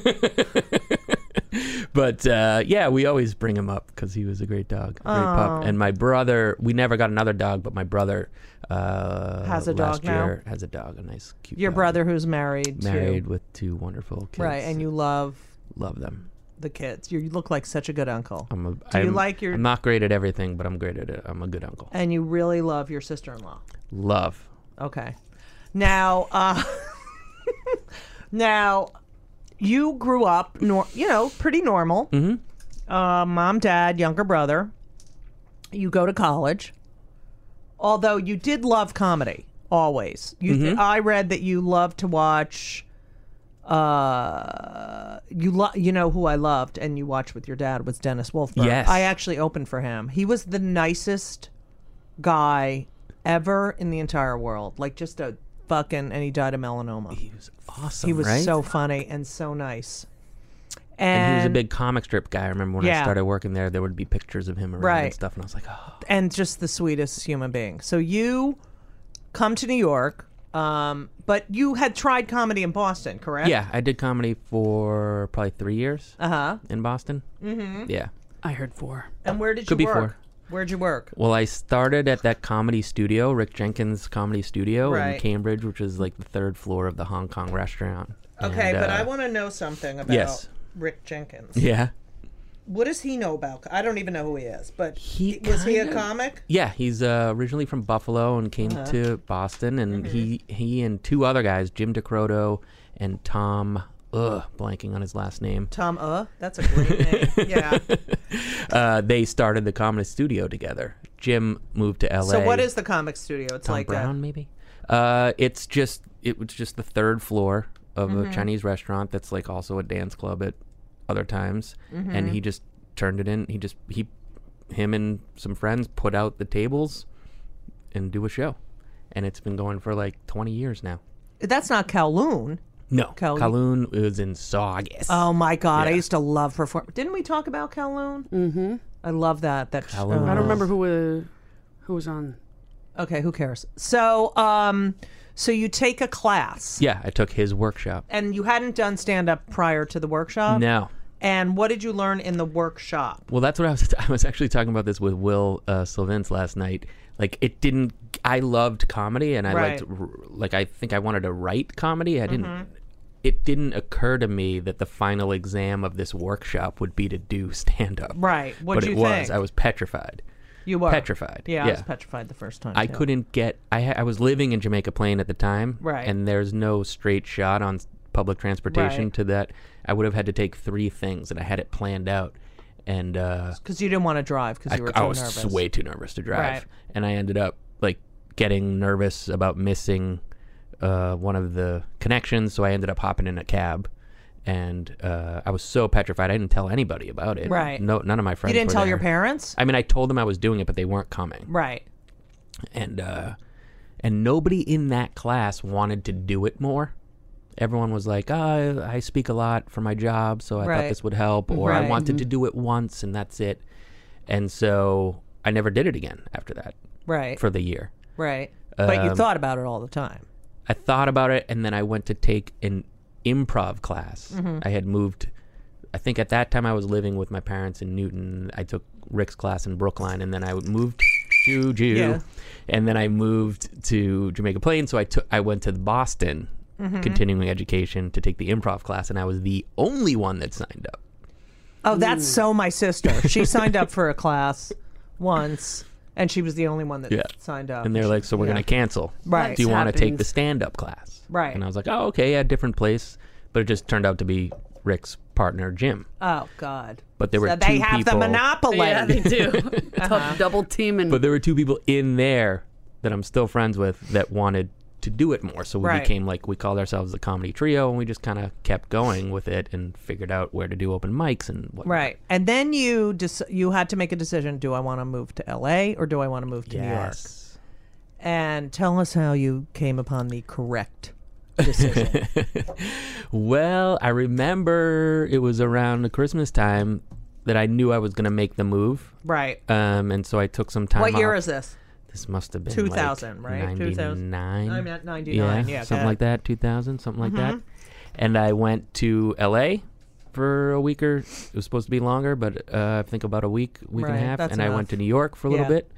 Speaker 3: But uh, yeah, we always bring him up because he was a great dog, great pup. And my brother, we never got another dog, but my brother uh,
Speaker 2: Has a
Speaker 3: last
Speaker 2: dog now?
Speaker 3: year has a dog, a nice cute.
Speaker 2: Your
Speaker 3: dog.
Speaker 2: brother, who's married,
Speaker 3: married
Speaker 2: to,
Speaker 3: with two wonderful kids.
Speaker 2: right, and you love
Speaker 3: love them.
Speaker 2: the kids. You look like such a good uncle,
Speaker 3: I'm a, Do
Speaker 2: you like your-
Speaker 3: I'm not great at everything, but I'm great at it. I'm a good uncle.
Speaker 2: and you really love your sister-in-law.
Speaker 3: Love.
Speaker 2: Okay. Now, uh, now, you grew up, nor- you know, pretty normal. Mm-hmm. Uh, mom, dad, younger brother. You go to college. Although you did love comedy always. You, I read that you loved to watch. Uh, you lo- you know who I loved and you watched with your dad was Dennis Wolfberg.
Speaker 3: Yes.
Speaker 2: I actually opened for him. He was the nicest guy ever in the entire world. Like just a fucking and he died of melanoma. He
Speaker 3: He was awesome.
Speaker 2: was
Speaker 3: right?
Speaker 2: so funny and so nice. And,
Speaker 3: And he was a big comic strip guy. I remember when
Speaker 2: Yeah.
Speaker 3: I started working there, there would be pictures of him around
Speaker 2: Right.
Speaker 3: and stuff, and I was like, oh,
Speaker 2: and just the sweetest human being. So you come to New York, um, but you had tried comedy in Boston, correct?
Speaker 3: yeah. I did comedy for probably three years uh-huh. in Boston. Mm-hmm. Yeah.
Speaker 4: I heard four.
Speaker 2: And where did
Speaker 3: Could
Speaker 2: you
Speaker 3: be
Speaker 2: work?
Speaker 3: four.
Speaker 2: Where'd you work?
Speaker 3: Well, I started at that comedy studio, Rick Jenkins Comedy Studio
Speaker 2: Right.
Speaker 3: in Cambridge, which is like the third floor of the Hong Kong restaurant.
Speaker 2: Okay,
Speaker 3: And,
Speaker 2: but
Speaker 3: uh,
Speaker 2: I want to know something about
Speaker 3: yes.
Speaker 2: Rick Jenkins.
Speaker 3: Yeah.
Speaker 2: What does he know about? I don't even know who he is, but
Speaker 3: He
Speaker 2: was he a
Speaker 3: kinda-
Speaker 2: comic?
Speaker 3: Yeah, he's uh, originally from Buffalo and
Speaker 2: Uh-huh.
Speaker 3: came to Boston, and
Speaker 2: Mm-hmm.
Speaker 3: he he and two other guys, Jim DeCroto and Tom, ugh, blanking on his last name.
Speaker 2: Tom Uh, that's a great name. Yeah.
Speaker 3: Uh, they started the comedy studio together. Jim moved to L.A.
Speaker 2: So what is the comic studio? It's
Speaker 3: Tom
Speaker 2: like
Speaker 3: Brown? Maybe. Uh, it's just it was just the third floor of
Speaker 2: Mm-hmm.
Speaker 3: a Chinese restaurant that's like also a dance club at other times,
Speaker 2: Mm-hmm.
Speaker 3: and he just turned it in. He just he him and some friends put out the tables and do a show, and it's been going for like twenty years now.
Speaker 2: a, that's not Kowloon.
Speaker 3: No,
Speaker 2: Kowloon.
Speaker 3: Kowloon is in Saugus.
Speaker 2: Oh my god, I
Speaker 3: Yeah.
Speaker 2: used to love perform. Didn't we talk about Kowloon? Mm-hmm. I love that. That uh,
Speaker 3: Kowloon.
Speaker 4: I don't remember who was who was on.
Speaker 2: Okay, who cares? So, um, so you take a class,
Speaker 3: Yeah, I took his workshop.
Speaker 2: and you hadn't done stand up prior to the workshop.
Speaker 3: No.
Speaker 2: And what did you learn in the workshop?
Speaker 3: Well, that's what I was. I was actually talking about this with Will uh, Sylvins last night. Like, it didn't. I loved comedy, and I
Speaker 2: Right. Mm-hmm.
Speaker 3: liked. r- Like, I think I wanted to write comedy. I didn't. It didn't occur to me that the final exam of this workshop would be to do stand up.
Speaker 2: Right. What'd
Speaker 3: but
Speaker 2: you
Speaker 3: it was.
Speaker 2: think?
Speaker 3: I was petrified.
Speaker 2: You were
Speaker 3: Petrified.
Speaker 2: Yeah, I was
Speaker 3: Yeah.
Speaker 2: petrified the first time.
Speaker 3: I
Speaker 2: too.
Speaker 3: couldn't get. I ha- I was living in Jamaica Plain at the time,
Speaker 2: Right.
Speaker 3: And there's no straight shot on s- public transportation
Speaker 2: Right.
Speaker 3: to that. I would have had to take three things, and I had it planned out. And uh,
Speaker 2: because you didn't want to drive because you were too
Speaker 3: I was
Speaker 2: nervous.
Speaker 3: way too nervous to drive,
Speaker 2: Right.
Speaker 3: and I ended up like getting nervous about missing uh, one of the connections. So I ended up hopping in a cab, and uh, I was so petrified. I didn't tell anybody about it.
Speaker 2: Right.
Speaker 3: No, none of my friends.
Speaker 2: You didn't
Speaker 3: were
Speaker 2: tell your
Speaker 3: there.
Speaker 2: parents,
Speaker 3: I mean, I told them I was doing it, but they weren't coming,
Speaker 2: right?
Speaker 3: and uh, and nobody in that class wanted to do it more. Everyone was like, oh, I speak a lot for my job, so I
Speaker 2: Right.
Speaker 3: thought this would help, or
Speaker 2: Right. Mm-hmm.
Speaker 3: I wanted to do it once and that's it. And so I never did it again after that
Speaker 2: Right.
Speaker 3: for Um, the year.
Speaker 2: right. but you thought about it all the time.
Speaker 3: I thought about it, and then I went to take an improv class.
Speaker 2: Mm-hmm.
Speaker 3: I had moved. I think at that time I was living with my parents in Newton. I took Rick's class in Brookline, and then I moved to Jew,
Speaker 2: Yeah.
Speaker 3: and then I moved to Jamaica Plain. So I took. I went to Boston,
Speaker 2: Mm-hmm.
Speaker 3: continuing education, to take the improv class, and I was the only one that signed up.
Speaker 2: Oh, that's so my sister. She signed up for a class once, and she was the only one that
Speaker 3: Yeah.
Speaker 2: signed up.
Speaker 3: And they're like, "So we're
Speaker 2: Yeah.
Speaker 3: going to cancel.
Speaker 2: Right.
Speaker 3: Do you want to take
Speaker 4: Happens.
Speaker 3: the stand-up class?"
Speaker 2: Right.
Speaker 3: And I was like, "Oh, okay, yeah, different place." But it just turned out to be Rick's partner Jim.
Speaker 2: Oh God.
Speaker 3: But there were
Speaker 2: so they
Speaker 3: two
Speaker 2: have
Speaker 3: people- Oh,
Speaker 2: the monopoly.
Speaker 4: Yeah, they do. Uh-huh. Double teaming.
Speaker 3: But there were two people in there that I'm still friends with that wanted to do it more. So we
Speaker 2: Right.
Speaker 3: became like we called ourselves the comedy trio, and we just kind of kept going with it and figured out where to do open mics and what.
Speaker 2: Right. And then you just you had to make a decision, do I want to move to LA or do I want to move to New York? And tell us how you came upon the correct decision.
Speaker 3: Well, I remember it was around the Christmas time that I knew I was going to make the move.
Speaker 2: right.
Speaker 3: Um, and so I took some time.
Speaker 2: what year
Speaker 3: off.
Speaker 2: is this?
Speaker 3: This must have been
Speaker 2: 2000,
Speaker 3: like
Speaker 2: right? 2000.
Speaker 3: 99.
Speaker 2: I'm at 99, yeah, Mm-hmm.
Speaker 3: something
Speaker 2: good.
Speaker 3: like that. 2000, something like that. And I went to L.A. for a week or it was supposed to be longer, but uh, I think about a week, week
Speaker 2: Right,
Speaker 3: and a half.
Speaker 2: that's
Speaker 3: And I
Speaker 2: enough.
Speaker 3: went to New York for a little
Speaker 2: Yeah.
Speaker 3: bit,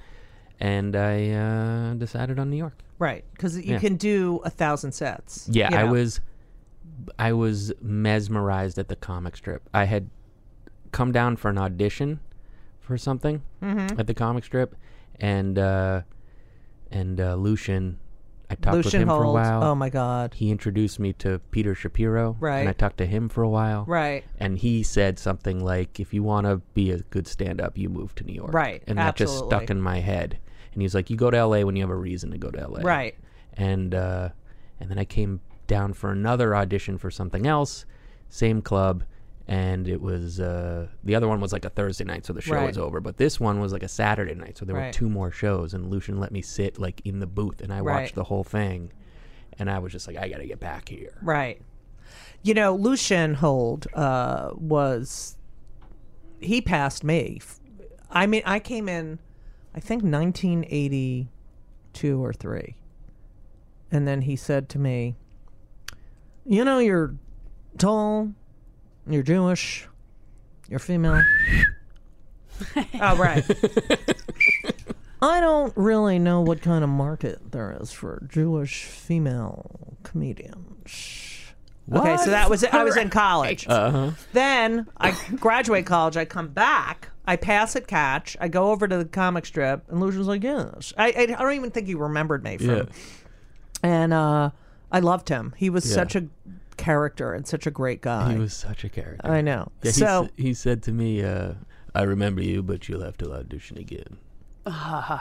Speaker 3: and I uh, decided on New York.
Speaker 2: Right. Because you
Speaker 3: Yeah.
Speaker 2: can do a thousand sets.
Speaker 3: Yeah,
Speaker 2: you
Speaker 3: I
Speaker 2: know.
Speaker 3: was I was mesmerized at the comic strip. I had come down for an audition for something
Speaker 2: Mm-hmm.
Speaker 3: at the comic strip, and uh, and uh, Lucian. I talked with
Speaker 2: Lucian
Speaker 3: him for a
Speaker 2: Hold.
Speaker 3: while.
Speaker 2: Oh my God.
Speaker 3: He introduced me to Peter Shapiro,
Speaker 2: Right.
Speaker 3: and I talked to him for a while.
Speaker 2: Right.
Speaker 3: And he said something like, "If you want to be a good stand-up, you move to New York."
Speaker 2: Right,
Speaker 3: And that just
Speaker 2: absolutely.
Speaker 3: stuck in my head. And he's like, "You go to L.A. when you have a reason to go to L.A."
Speaker 2: Right.
Speaker 3: and uh, and then I came down for another audition for something else, same club, and it was uh, the other one was like a Thursday night, so the show
Speaker 2: Right.
Speaker 3: was over. But this one was like a Saturday night, so there were
Speaker 2: Right.
Speaker 3: two more shows, and Lucian let me sit like in the booth, and I
Speaker 2: Right.
Speaker 3: watched the whole thing, and I was just like, I gotta get back here.
Speaker 2: Right. You know, Lucian Hold uh, was he passed me. F- I mean, I came in, I think 1982 or three, and then he said to me, "You know, you're tall, you're Jewish, you're female." oh right. I don't really know what kind of market there is for Jewish female comedians. Okay, so that was it. I was in college. Then I graduate college. I come back. I pass at catch. I go over to the comic strip, and Lucian's like, "Yes." I, I don't even think he remembered me from. And uh, I loved him. He was such a character and such a great guy.
Speaker 3: He was such a character.
Speaker 2: I know.
Speaker 3: Yeah, he,
Speaker 2: so
Speaker 3: s- he said to me, uh, I remember you, but you'll have to audition again.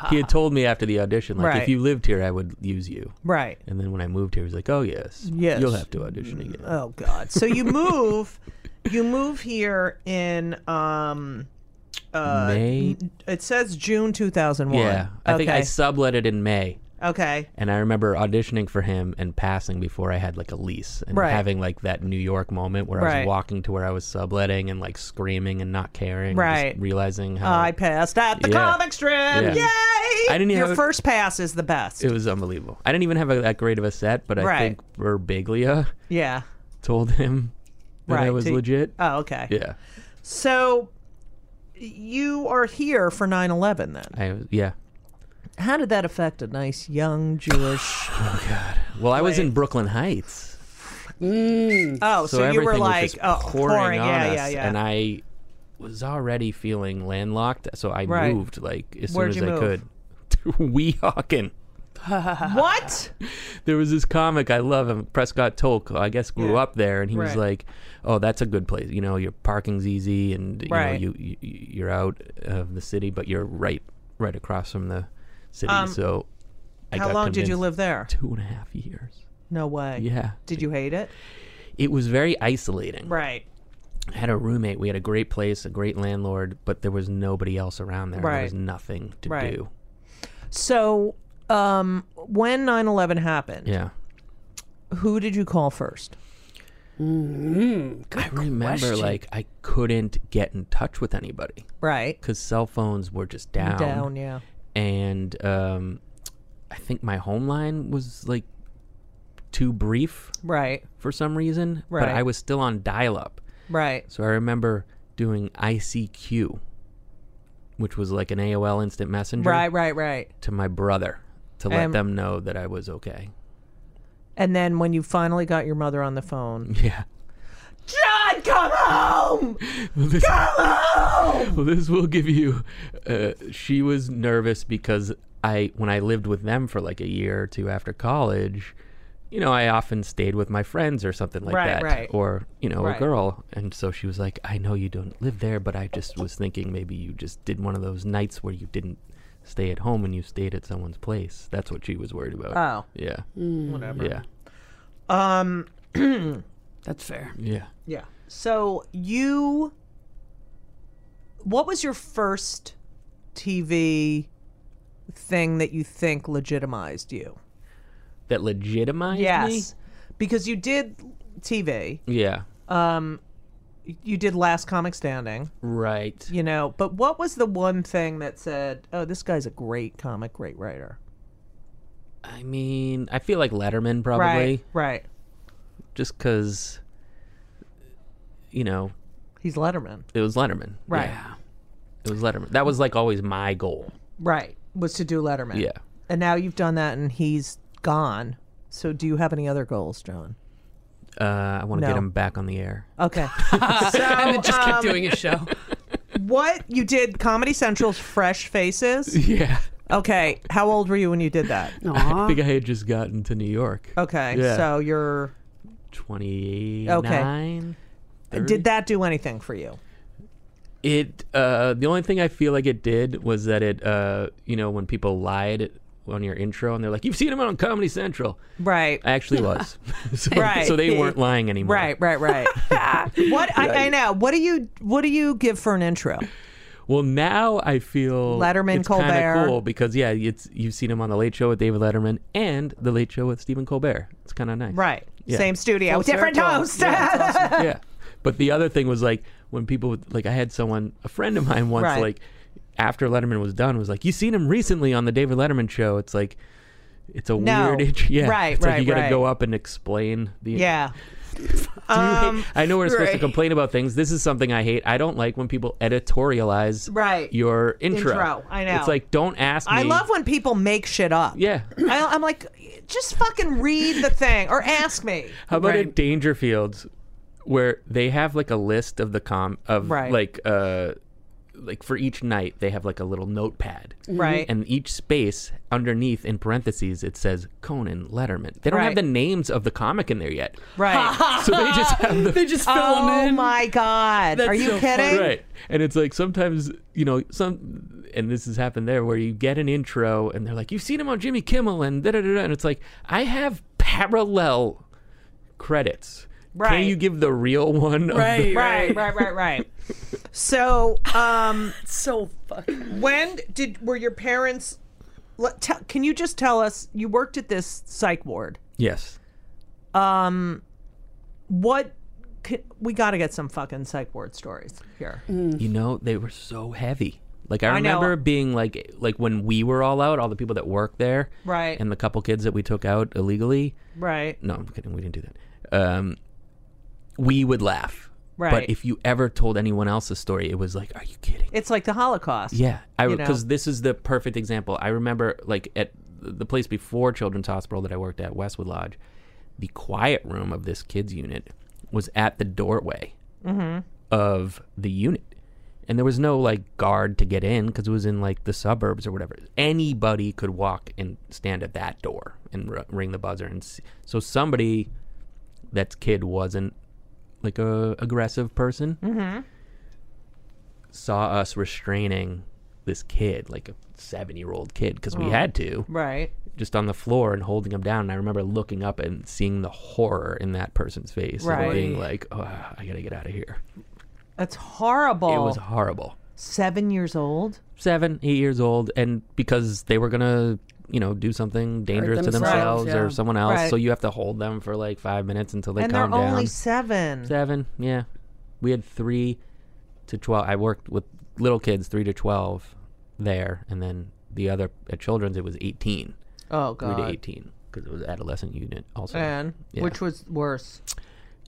Speaker 3: he had told me after the audition, like,
Speaker 2: Right.
Speaker 3: if you lived here, I would use you.
Speaker 2: right.
Speaker 3: And then when I moved here, he was like, oh, yes.
Speaker 2: Yes.
Speaker 3: You'll have to audition again.
Speaker 2: Oh God. So you move, you move here in. Um, uh,
Speaker 3: May?
Speaker 2: it says June two thousand one.
Speaker 3: Yeah. I
Speaker 2: okay.
Speaker 3: think I sublet it in May.
Speaker 2: okay.
Speaker 3: And I remember auditioning for him and passing before I had like a lease and
Speaker 2: Right.
Speaker 3: having like that New York moment where I
Speaker 2: Right.
Speaker 3: was walking to where I was subletting and like screaming and not caring, and just
Speaker 2: Right. Uh,
Speaker 3: realizing how
Speaker 2: I passed at the
Speaker 3: Yeah.
Speaker 2: comic strip.
Speaker 3: Yeah.
Speaker 2: Yay!
Speaker 3: I didn't
Speaker 2: Your
Speaker 3: have-
Speaker 2: first pass is the best.
Speaker 3: it was unbelievable. I didn't even have a, that great of a set, but I
Speaker 2: Right.
Speaker 3: think Berbiglia
Speaker 2: yeah.
Speaker 3: told him that I
Speaker 2: Right,
Speaker 3: was
Speaker 2: to-
Speaker 3: legit.
Speaker 2: Oh, okay.
Speaker 3: yeah.
Speaker 2: So you are here for 9/11 then.
Speaker 3: I was- yeah.
Speaker 2: How did that affect a nice young Jewish
Speaker 3: Well, I was in Brooklyn Heights,
Speaker 2: Oh, so,
Speaker 3: so,
Speaker 2: you
Speaker 3: everything
Speaker 2: were
Speaker 3: was
Speaker 2: like
Speaker 3: just
Speaker 2: oh,
Speaker 3: pouring, on
Speaker 2: yeah,
Speaker 3: us,
Speaker 2: yeah, yeah.
Speaker 3: and I was already feeling landlocked. So I
Speaker 2: Right.
Speaker 3: moved like as
Speaker 2: Where'd
Speaker 3: soon
Speaker 2: you
Speaker 3: as I
Speaker 2: move?
Speaker 3: could to Weehawken.
Speaker 2: what?
Speaker 3: There was this comic I love him, Prescott Tolk. I guess grew
Speaker 2: Yeah.
Speaker 3: up there, and he was
Speaker 2: Right.
Speaker 3: like, "Oh, that's a good place. You know, your parking's easy, and you
Speaker 2: Right.
Speaker 3: know, you, you you're out of the city, but you're right right across from the city." so, I
Speaker 2: Um, How
Speaker 3: got
Speaker 2: long did you
Speaker 3: convinced.
Speaker 2: live there?
Speaker 3: Two and a half years.
Speaker 2: No way.
Speaker 3: Yeah.
Speaker 2: Did you hate it?
Speaker 3: It was very isolating.
Speaker 2: Right.
Speaker 3: I had a roommate. We had a great place, a great landlord, but there was nobody else around there.
Speaker 2: Right.
Speaker 3: There was nothing to
Speaker 2: Right.
Speaker 3: do.
Speaker 2: So um when 9/11 happened,
Speaker 3: Yeah.
Speaker 2: who did you call first?
Speaker 3: I remember, like, I couldn't get in touch with anybody
Speaker 2: Right.
Speaker 3: because cell phones were just down.
Speaker 2: Down, yeah.
Speaker 3: And um, I think my home line was, like, too brief
Speaker 2: Right.
Speaker 3: for some reason.
Speaker 2: Right.
Speaker 3: But I was still on dial up.
Speaker 2: Right.
Speaker 3: So I remember doing ICQ, which was like an AOL instant messenger,
Speaker 2: Right, right, right.
Speaker 3: to my brother to let
Speaker 2: Um,
Speaker 3: them know that I was okay.
Speaker 2: And then when you finally got your mother on the phone,
Speaker 3: Yeah.
Speaker 2: John, come home!
Speaker 3: Well, this, well, this will give you. Uh, she was nervous because I, when I lived with them for like a year or two after college, you know, I often stayed with my friends or something like
Speaker 2: Right,
Speaker 3: that,
Speaker 2: right.
Speaker 3: or you know,
Speaker 2: Right.
Speaker 3: a girl. And so she was like, "I know you don't live there, but I just was thinking maybe you just did one of those nights where you didn't stay at home and you stayed at someone's place." That's what she was worried about.
Speaker 2: Oh.
Speaker 3: yeah,
Speaker 2: Whatever.
Speaker 3: yeah,
Speaker 2: Um.
Speaker 4: That's fair.
Speaker 3: yeah.
Speaker 2: Yeah. So you, what was your first TV thing that you think legitimized you?
Speaker 3: That legitimized
Speaker 2: Yes, because you did TV.
Speaker 3: me. Yeah,
Speaker 2: You did Last Comic Standing.
Speaker 3: right.
Speaker 2: You know, but what was the one thing that said, "Oh, this guy's a great comic, great writer"?
Speaker 3: I mean, I feel like Letterman probably.
Speaker 2: Right. Right.
Speaker 3: just because you know
Speaker 2: He's Letterman.
Speaker 3: it was letterman
Speaker 2: Right.
Speaker 3: Yeah. it was letterman that was like always my goal
Speaker 2: Right. Was to do Letterman.
Speaker 3: yeah
Speaker 2: And now you've done that, and he's gone. So, do you have any other goals, John?
Speaker 3: uh, i want to
Speaker 2: No.
Speaker 3: get him back on the air
Speaker 2: Okay.
Speaker 6: and then just kept doing a show.
Speaker 2: What you did, Comedy Central's Fresh Faces.
Speaker 3: yeah
Speaker 2: Okay, how old were you when you did that?
Speaker 3: i think i had just gotten to new york
Speaker 2: Okay,
Speaker 3: Yeah.
Speaker 2: so you're.
Speaker 3: 29
Speaker 2: Did that do anything for you?
Speaker 3: it uh, the only thing i feel like it did was that it uh, you know when people lied on your intro and they're like you've seen him on comedy central
Speaker 2: Right.
Speaker 3: i actually was so,
Speaker 2: Right.
Speaker 3: so they weren't lying anymore
Speaker 2: Right. Right. Right. what I, I know. What do you What do you give for an intro?
Speaker 3: Well, now I feel
Speaker 2: Letterman,
Speaker 3: it's kinda
Speaker 2: Colbert.
Speaker 3: cool because yeah, it's you've seen him on the Late Show with David Letterman and the Late Show with Stephen Colbert. It's kind of nice,
Speaker 2: Right.
Speaker 3: Yeah.
Speaker 2: Same studio, different host.
Speaker 3: yeah. But the other thing was like when people would- like I had someone a friend of mine once
Speaker 2: Right.
Speaker 3: like after Letterman was done was like you seen him recently on the David Letterman Show. It's like it's a
Speaker 2: No.
Speaker 3: weird int- yeah
Speaker 2: Right,
Speaker 3: it's
Speaker 2: right,
Speaker 3: like you gotta
Speaker 2: right.
Speaker 3: go up and explain the
Speaker 2: yeah.
Speaker 3: Do you hate-
Speaker 2: Um,
Speaker 3: I know we're supposed to
Speaker 4: right.
Speaker 3: complain about things. This is something I hate. I don't like when people editorialize
Speaker 2: Right.
Speaker 3: your intro.
Speaker 2: Intro, I know.
Speaker 3: It's like don't ask me.
Speaker 2: I love when people make shit up.
Speaker 3: Yeah.
Speaker 2: I, I'm like, just fucking read the thing or ask me.
Speaker 3: How about
Speaker 4: Right.
Speaker 3: at Dangerfields, where they have like a list of the com of
Speaker 2: Right.
Speaker 3: like uh like for each night they have like a little notepad. Mm-hmm.
Speaker 2: Right.
Speaker 3: And each space underneath in parentheses it says Conan Letterman. They don't
Speaker 2: Right.
Speaker 3: have the names of the comic in there yet.
Speaker 2: right.
Speaker 3: So they just have the
Speaker 6: They just fill them
Speaker 2: Oh
Speaker 6: in.
Speaker 2: my god. Are you kidding?
Speaker 3: right and it's like sometimes you know some and this has happened there where you get an intro and they're like you've seen him on jimmy kimmel and da da da da," and it's like i have parallel credits
Speaker 2: Right.
Speaker 3: can you give the real one of the-
Speaker 4: Right.
Speaker 2: Right, right, right, right. So, um,
Speaker 4: It's so fucking.
Speaker 2: when did were your parents? Let, tell, can you just tell us? You worked at this psych ward.
Speaker 3: yes
Speaker 2: What? c we got to get some fucking psych ward stories here.
Speaker 3: you know they were so heavy like i
Speaker 2: I know.
Speaker 3: remember being like like when we were all out all the people that worked there
Speaker 2: Right.
Speaker 3: and the couple kids that we took out illegally
Speaker 2: Right.
Speaker 3: No, I'm kidding. We didn't do that. Um, we would laugh.
Speaker 2: Right.
Speaker 3: But if you ever told anyone else a story, it was like, are you kidding?
Speaker 2: It's like the Holocaust.
Speaker 3: yeah. I
Speaker 2: you know.
Speaker 3: Because this is the perfect example. I remember, like, at the place before Children's Hospital that I worked at, Westwood Lodge, the quiet room of this kids' unit was at the doorway
Speaker 2: Mm-hmm.
Speaker 3: of the unit. And there was no like guard to get in because it was in like the suburbs or whatever. Anybody could walk and stand at that door and r- ring the buzzer. And s so somebody that kid wasn't like a aggressive person saw us restraining this kid, like a seven year old kid, because
Speaker 2: Oh.
Speaker 3: we had to
Speaker 2: Right.
Speaker 3: just on the floor and holding him down. And I remember looking up and seeing the horror in that person's face
Speaker 2: Right.
Speaker 3: and being like, oh, I gotta get out of here.
Speaker 2: That's horrible.
Speaker 3: It was horrible.
Speaker 2: seven years old.
Speaker 3: Seven, eight years old, and because they were gonna, you know, do something dangerous to
Speaker 4: themselves,
Speaker 3: themselves
Speaker 4: yeah.
Speaker 3: or someone else,
Speaker 2: Right.
Speaker 3: so you have to hold them for like five minutes until they
Speaker 2: and they're
Speaker 3: calm down.
Speaker 2: only seven.
Speaker 3: Seven, yeah. We had three to twelve. I worked with little kids, three to twelve, there, and then the other at Children's it was eighteen,
Speaker 2: Oh
Speaker 3: three to
Speaker 2: god.
Speaker 3: eighteen, because it was adolescent unit also.
Speaker 2: And
Speaker 3: Yeah.
Speaker 2: which was worse?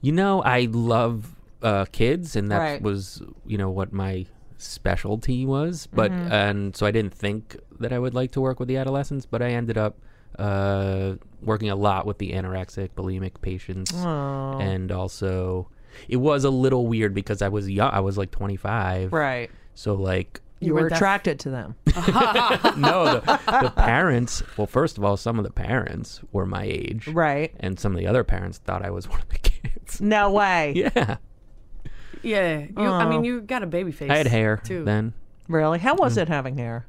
Speaker 3: you know, I love uh, kids, and that
Speaker 2: Right.
Speaker 3: was you know what my specialty was. But
Speaker 2: Mm-hmm.
Speaker 3: and so I didn't think that I would like to work with the adolescents, but I ended up uh, working a lot with the anorexic, bulimic patients, and also it was a little weird because I was young. I was like twenty five,
Speaker 2: Right.
Speaker 3: so like
Speaker 2: You were
Speaker 6: weren't that-
Speaker 2: attracted to them.
Speaker 3: no, the, the parents. Well, first of all, some of the parents were my age,
Speaker 2: Right.
Speaker 3: And some of the other parents thought I was one of the kids.
Speaker 2: No way.
Speaker 3: Yeah,
Speaker 4: Yeah, you, I mean, you got a baby face.
Speaker 3: I had hair
Speaker 4: too.
Speaker 3: then.
Speaker 2: Really? How was it having hair?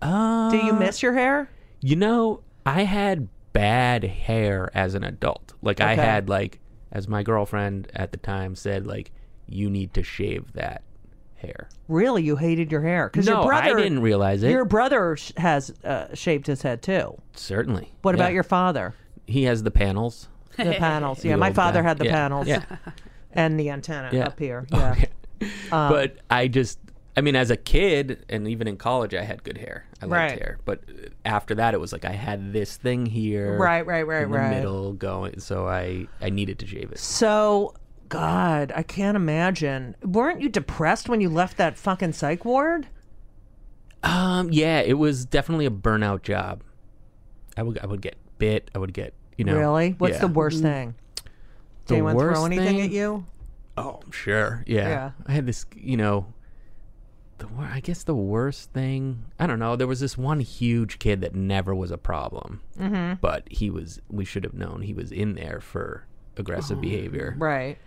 Speaker 3: Mm. Uh,
Speaker 2: Do you miss your hair?
Speaker 3: You know, I had bad hair as an adult. Like I
Speaker 2: Okay.
Speaker 3: had like, as my girlfriend at the time said, like you need to shave that hair.
Speaker 2: Really, you hated your hair because
Speaker 3: No,
Speaker 2: your brother.
Speaker 3: I didn't realize it.
Speaker 2: Your brother sh- has uh, shaved his head too.
Speaker 3: Certainly.
Speaker 2: What about
Speaker 3: Yeah.
Speaker 2: your father?
Speaker 3: He has the panels.
Speaker 2: The panels. Yeah,
Speaker 3: The
Speaker 2: my
Speaker 3: old
Speaker 2: father
Speaker 3: pan-
Speaker 2: had the
Speaker 3: yeah,
Speaker 2: panels
Speaker 3: Yeah.
Speaker 2: and the antenna
Speaker 3: Yeah.
Speaker 2: up here. Yeah. Um,
Speaker 3: but I just, I mean, as a kid and even in college, I had good hair. I liked
Speaker 2: Right.
Speaker 3: hair. But uh, after that, it was like I had this thing here.
Speaker 2: Right, right, right,
Speaker 3: in the
Speaker 2: right.
Speaker 3: middle going. So I, I needed to shave it.
Speaker 2: So, God, I can't imagine. Weren't you depressed when you left that fucking psych ward?
Speaker 3: Um, yeah, it was definitely a burnout job. I would, I would get bit. I would get, you know.
Speaker 2: Really? What's the
Speaker 3: yeah.
Speaker 2: worst thing? Did
Speaker 3: The
Speaker 2: anyone
Speaker 3: worst
Speaker 2: throw anything
Speaker 3: thing?
Speaker 2: at you?
Speaker 3: Oh, I'm sure. Yeah.
Speaker 2: Yeah.
Speaker 3: I had this, you know, the wor- I guess the worst thing. I don't know. There was this one huge kid that never was a problem, mm-hmm. but he was. We should have known he was in there for
Speaker 2: Oh,
Speaker 3: aggressive behavior,
Speaker 2: Right.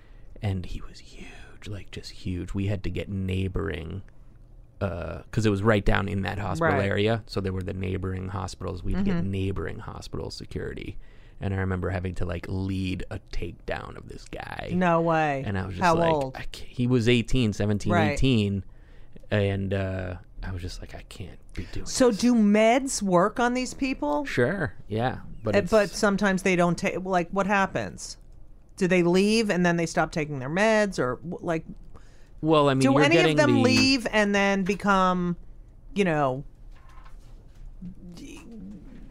Speaker 3: and he was huge, like just huge. We had to get neighboring. Because it was right down in that hospital
Speaker 2: Right. Mm-hmm.
Speaker 3: area, so there were the neighboring hospitals. We'd get neighboring hospital security, and I remember having to like lead a takedown of this guy.
Speaker 2: No way.
Speaker 3: And I was just
Speaker 2: How
Speaker 3: like,
Speaker 2: old?
Speaker 3: I can't- he was 18, 17,
Speaker 2: Right.
Speaker 3: 18. And uh, I was just like, I can't be doing
Speaker 2: So,
Speaker 3: this.
Speaker 2: do meds work on these people?
Speaker 3: Sure. Yeah. But,
Speaker 2: Uh,
Speaker 3: it's,
Speaker 2: But sometimes they don't take. Like, what happens? Do they leave and then they stop taking their meds, or wh- like,
Speaker 3: well, I mean,
Speaker 2: do
Speaker 3: you're
Speaker 2: any of
Speaker 3: getting
Speaker 2: them
Speaker 3: the-
Speaker 2: leave and then become, you know, d-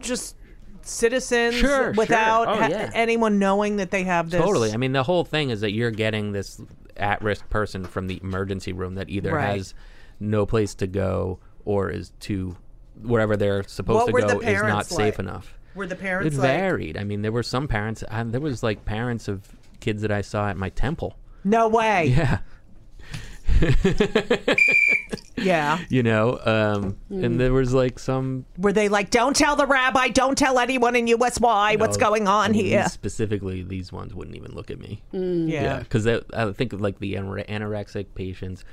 Speaker 2: just citizens
Speaker 3: Sure, sure.
Speaker 2: without
Speaker 3: Oh,
Speaker 2: ha-
Speaker 3: yeah.
Speaker 2: anyone knowing that they have this?
Speaker 3: Totally. I mean, the whole thing is that you're getting this at risk person from the emergency room that either
Speaker 2: Right.
Speaker 3: has no place to go or is too, wherever they're supposed
Speaker 2: What
Speaker 3: to
Speaker 2: were the
Speaker 3: go, is not
Speaker 2: parents
Speaker 3: safe
Speaker 2: like?
Speaker 3: enough.
Speaker 2: Were the
Speaker 3: It
Speaker 2: parents like,
Speaker 3: varied. I mean, there were some parents, I, there was like parents of kids that I saw at my temple.
Speaker 2: no way?
Speaker 3: Yeah.
Speaker 2: yeah.
Speaker 3: you know um
Speaker 2: Hmm.
Speaker 3: and there was like some
Speaker 2: Were they like, don't tell the rabbi, don't tell anyone in USY what's
Speaker 3: no,
Speaker 2: going on
Speaker 3: I mean,
Speaker 2: here? Hmm.
Speaker 3: these- specifically these ones wouldn't even look at me yeah
Speaker 2: Yeah.
Speaker 3: because i think like the anor- anorexic patients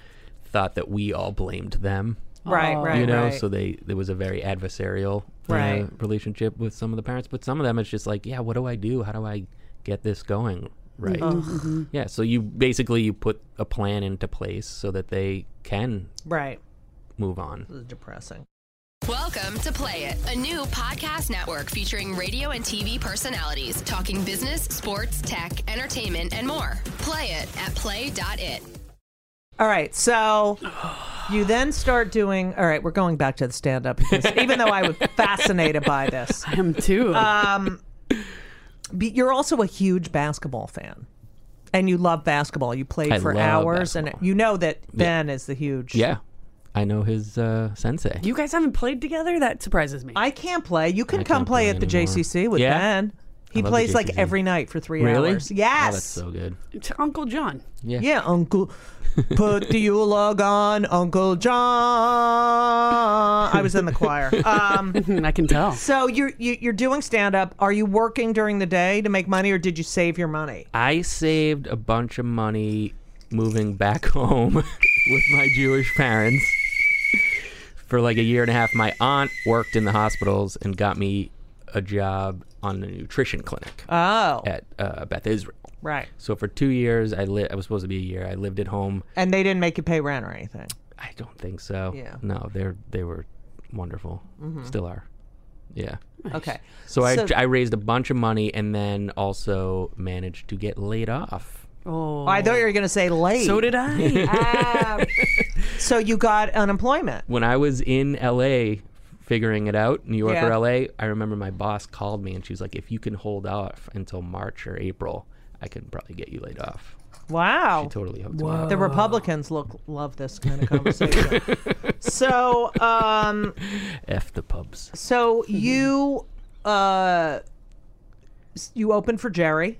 Speaker 3: thought that we all blamed them
Speaker 2: Right, right,
Speaker 3: Oh. you know
Speaker 2: right.
Speaker 3: so they there was a very adversarial uh,
Speaker 2: Right.
Speaker 3: relationship with some of the parents but some of them it's just like yeah what do i do how do i get this going right
Speaker 2: Mm-hmm.
Speaker 3: yeah so you basically you put a plan into place so that they can
Speaker 2: right.
Speaker 3: move on
Speaker 2: This is depressing.
Speaker 7: Welcome to Play It, a new podcast network featuring radio and TV personalities talking business, sports, tech, entertainment, and more. Play it at play.it.
Speaker 2: All right, so you then start doing. All right, we're going back to the stand up because even though I was fascinated by this,
Speaker 4: I am too.
Speaker 2: but you're also a huge basketball fan and you love basketball. You played
Speaker 3: I
Speaker 2: for
Speaker 3: love
Speaker 2: hours, and
Speaker 3: basketball.
Speaker 2: you know that Ben is the huge.
Speaker 3: yeah i know his uh sensei
Speaker 4: you guys haven't played together? That surprises me.
Speaker 2: I can't play. You can come
Speaker 3: can't
Speaker 2: play
Speaker 3: play
Speaker 2: at the
Speaker 3: anymore.
Speaker 2: JCC with
Speaker 3: Yeah?
Speaker 2: Ben. He
Speaker 3: love the
Speaker 2: plays like
Speaker 3: JCC.
Speaker 2: every night for three
Speaker 3: Really?
Speaker 2: hours.
Speaker 3: Oh, that's
Speaker 2: Yes.
Speaker 3: so good.
Speaker 4: to Uncle John.
Speaker 2: Yeah, Uncle. Put the Yule log on, Uncle John. I was in the choir. Um,
Speaker 4: I can tell.
Speaker 2: so you're you, you're doing stand up. Are you working during the day to make money, or did you save your money?
Speaker 3: I saved a bunch of money moving back home with my Jewish parents. For like a year and a half, my aunt worked in the hospitals and got me a job on a nutrition clinic
Speaker 2: Oh,
Speaker 3: at uh, Beth Israel.
Speaker 2: right.
Speaker 3: So for two years, I li- I was supposed to be a year. I lived at home.
Speaker 2: And they didn't make you pay rent or anything.
Speaker 3: I don't think so.
Speaker 2: Yeah.
Speaker 3: No, they're they were wonderful. Still are. Yeah.
Speaker 2: Okay.
Speaker 3: So, I,
Speaker 2: So-
Speaker 3: I raised a bunch of money and then also managed to get laid off.
Speaker 4: Oh,
Speaker 2: I thought you were going to say late.
Speaker 4: so did I.
Speaker 2: So you got unemployment.
Speaker 3: When I was in LA figuring it out, New York
Speaker 2: Yeah.
Speaker 3: or LA, I remember my boss called me and she was like, if you can hold off until March or April, I can probably get you laid off.
Speaker 2: Wow.
Speaker 3: She totally hooked me up.
Speaker 2: The Republicans look love this kind of conversation. so, um,
Speaker 3: F the pubs.
Speaker 2: so you, uh, s- you opened for Jerry,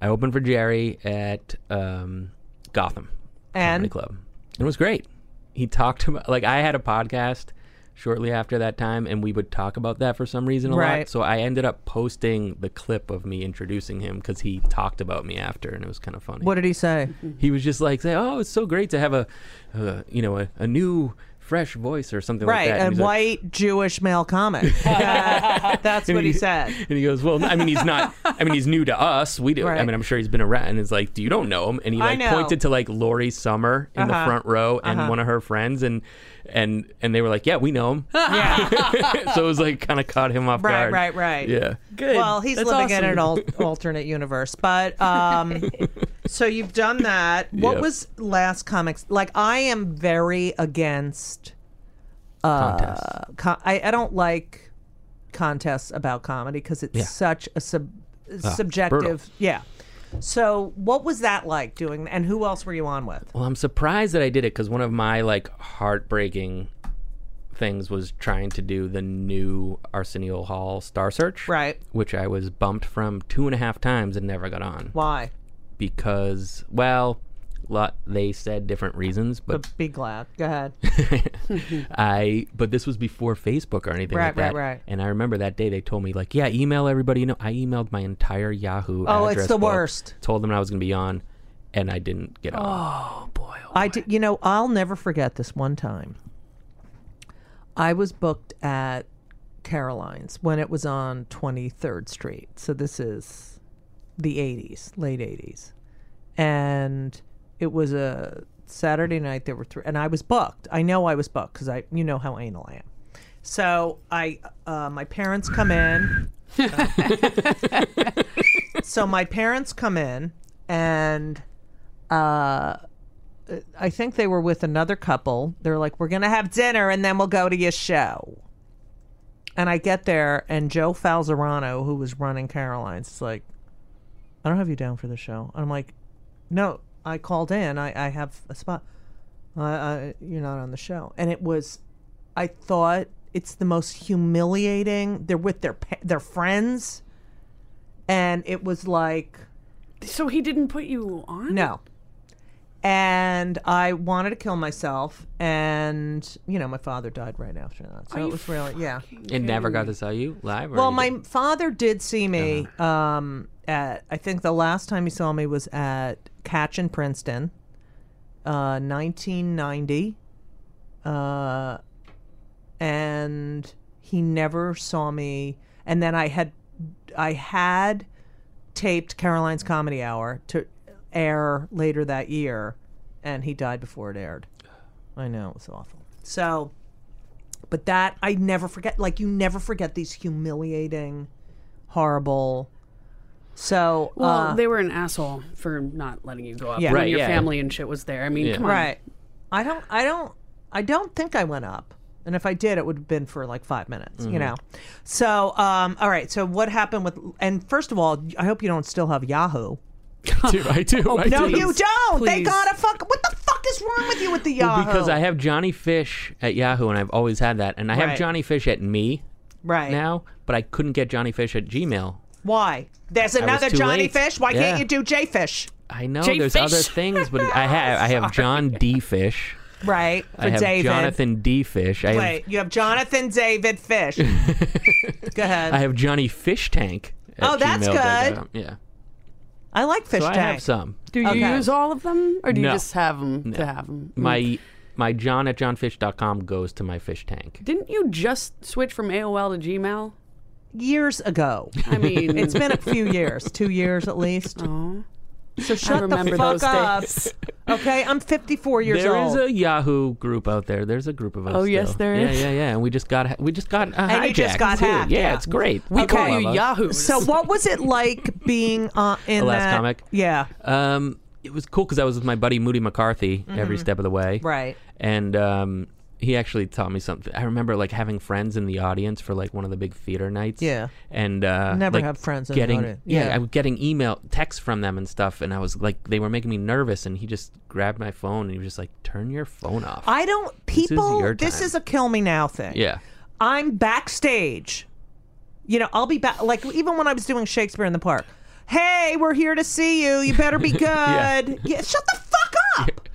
Speaker 3: I opened for Jerry at um, Gotham
Speaker 2: and
Speaker 3: Comedy Club. It was great. he talked about like I had a podcast shortly after that time, and we would talk about that for some reason a lot.
Speaker 2: Right.
Speaker 3: So I ended up posting the clip of me introducing him because he talked about me after, and it was kind of funny.
Speaker 2: What did he say?
Speaker 3: he was just like, say, "Oh, it's so great to have a, uh, you know, a, a new." Fresh voice or something
Speaker 2: Right,
Speaker 3: like that.
Speaker 2: and
Speaker 3: he's like-
Speaker 2: white Jewish male comic. That- that's what he said.
Speaker 3: And he goes, "Well, I mean, he's not. I mean, he's new to us. We do. I
Speaker 2: Right.
Speaker 3: mean, I'm sure he's been around." And it's like, "Do you don't know him?" And he
Speaker 2: I
Speaker 3: like
Speaker 2: know.
Speaker 3: pointed to like Lori Summer in the
Speaker 2: Uh-huh.
Speaker 3: front row and one of her friends, and and and they were like, "Yeah, we know him."
Speaker 2: Yeah.
Speaker 3: so it was like kind of caught him off
Speaker 2: Right,
Speaker 3: guard.
Speaker 2: right, right.
Speaker 3: Yeah.
Speaker 4: Good.
Speaker 2: Well, he's
Speaker 4: That's
Speaker 2: living in
Speaker 4: awesome.
Speaker 2: an al- alternate universe, but um, so you've done that. What
Speaker 3: Yep.
Speaker 2: was last comics? Like, I am very against.
Speaker 3: Contest.
Speaker 2: Uh, con- I, I don't like contests about comedy because it's such a sub- subjective. Yeah. So, what was that like doing? And who else were you on with?
Speaker 3: Well, I'm surprised that I did it because one of my like heartbreaking things was trying to do the new Arsenio Hall Star Search,
Speaker 2: Right.
Speaker 3: Which I was bumped from two and a half times and never got on.
Speaker 2: Why?
Speaker 3: because well lot, they said different reasons but
Speaker 2: But be glad. Go ahead.
Speaker 3: i but this was before facebook or anything like
Speaker 2: Right, right,
Speaker 3: that
Speaker 2: right.
Speaker 3: and i remember that day they told me like yeah email everybody you know i emailed my entire yahoo
Speaker 2: Oh, it's
Speaker 3: address
Speaker 2: the
Speaker 3: book,
Speaker 2: worst. Oh,
Speaker 3: told them i was going to be on and i didn't get on
Speaker 2: I did, you know, I'll never forget this one time. I was booked at Caroline's when it was on 23rd Street. So this is the 80s, late 80s. And it was a Saturday night. There were three, and I was booked. I know I was booked because I, you know how anal I am. So I, uh, my parents come in. so my parents come in, and uh, I think they were with another couple. They're like, "We're gonna have dinner, and then we'll go to your show." And I get there, and Joe Falzarano, who was running Caroline's, is like, "I don't have you down for the show." I'm like, "No, I called in. I, I have a spot. I, I, you're not on the show." And it was, I thought it's the most humiliating. They're with their pa- their friends, and it was like.
Speaker 4: So he didn't put you on?
Speaker 2: No. And I wanted to kill myself, and you know my father died right after that, so it was really yeah.
Speaker 3: and never got to saw you live or
Speaker 2: Well,
Speaker 3: you
Speaker 2: my
Speaker 3: did?
Speaker 2: father did see me. Um, at I think the last time he saw me was at Catch in Princeton, uh, 1990, uh, and he never saw me. And then I had I had taped Caroline's Comedy Hour to air later that year, and he died before it aired. I know it was awful. So but that I never forget. Like you never forget these humiliating, horrible. So
Speaker 4: Well,
Speaker 2: uh,
Speaker 4: they were an asshole for not letting you go up
Speaker 2: Yeah.
Speaker 4: when
Speaker 3: Right,
Speaker 4: your
Speaker 3: yeah.
Speaker 4: family and shit was there. I mean,
Speaker 3: Yeah.
Speaker 4: come on.
Speaker 2: right. I don't. I don't. I don't think I went up. And if I did, it would have been for like five minutes. You know. So um, all right. So what happened with? And first of all, I hope you don't still have Yahoo.
Speaker 3: I do i do I
Speaker 2: No,
Speaker 3: do.
Speaker 2: you don't. They
Speaker 4: Please.
Speaker 2: gotta fuck. What the fuck is wrong with you with the
Speaker 3: Well,
Speaker 2: Yahoo?
Speaker 3: because i have johnny fish at yahoo and i've always had that and i have
Speaker 2: Right.
Speaker 3: johnny fish at me
Speaker 2: right
Speaker 3: now but i couldn't get johnny fish at gmail
Speaker 2: Why? There's another
Speaker 3: too
Speaker 2: Johnny
Speaker 3: late.
Speaker 2: Fish. Why
Speaker 3: Yeah.
Speaker 2: can't you do J Fish?
Speaker 3: I know
Speaker 4: Jay
Speaker 3: there's
Speaker 4: Fish.
Speaker 3: other things, but I have I have John D. Fish.
Speaker 2: Right. For
Speaker 3: I have
Speaker 2: David.
Speaker 3: Jonathan D. Fish. I have,
Speaker 2: Wait, you have Jonathan David Fish. Go ahead.
Speaker 3: I
Speaker 2: I,
Speaker 3: have Johnny Fish Tank. at
Speaker 2: Oh, that's
Speaker 3: gmail.com. Yeah.
Speaker 2: like fish
Speaker 3: So
Speaker 2: tank.
Speaker 3: I have some.
Speaker 6: Do you
Speaker 2: Okay.
Speaker 6: use all of them, or do you
Speaker 3: No.
Speaker 6: just have them to have them?
Speaker 4: Mm.
Speaker 3: My my John at johnfish.com goes to my fish tank.
Speaker 4: Didn't you just switch from AOL to Gmail?
Speaker 2: Years ago.
Speaker 4: I mean,
Speaker 2: It's been a few years, two years at least. So shut
Speaker 6: Oh, remember
Speaker 2: the fuck
Speaker 6: those
Speaker 2: up.
Speaker 6: days.
Speaker 2: Okay, I'm 54 years
Speaker 3: There is
Speaker 2: old.
Speaker 3: a Yahoo group out there. There's a group of us.
Speaker 6: Oh, yes,
Speaker 3: still.
Speaker 6: there is.
Speaker 3: Yeah, yeah, yeah. And we just got we just got uh,
Speaker 2: And you just
Speaker 3: hijacked,
Speaker 2: got
Speaker 3: too.
Speaker 2: hacked,
Speaker 3: Yeah,
Speaker 2: yeah.
Speaker 3: it's great. We
Speaker 6: I call you Yahoo.
Speaker 2: so what was it like being uh, in
Speaker 3: The last
Speaker 2: that?
Speaker 3: comic?
Speaker 2: Yeah,
Speaker 3: Um, it was cool because I was with my buddy Moody McCarthy every step of the way.
Speaker 2: Mm-hmm. Right.
Speaker 3: And um, he actually taught me something. I remember like having friends in the audience for like one of the big theater nights.
Speaker 2: Yeah.
Speaker 3: And uh,
Speaker 2: Never
Speaker 3: like,
Speaker 2: have friends in the
Speaker 3: getting
Speaker 2: audience.
Speaker 3: yeah,
Speaker 2: Yeah.
Speaker 3: I was getting email texts from them and stuff, and I was like, they were making me nervous, and he just grabbed my phone and he was just like, "Turn your phone off."
Speaker 2: I don't.
Speaker 3: is
Speaker 2: People,
Speaker 3: your
Speaker 2: this
Speaker 3: time.
Speaker 2: is a kill me now thing.
Speaker 3: yeah.
Speaker 2: I'm backstage. You know, I'll be back. Like even when I was doing Shakespeare in the Park. Hey, we're here to see you. You better be good. yeah. shut the fuck up.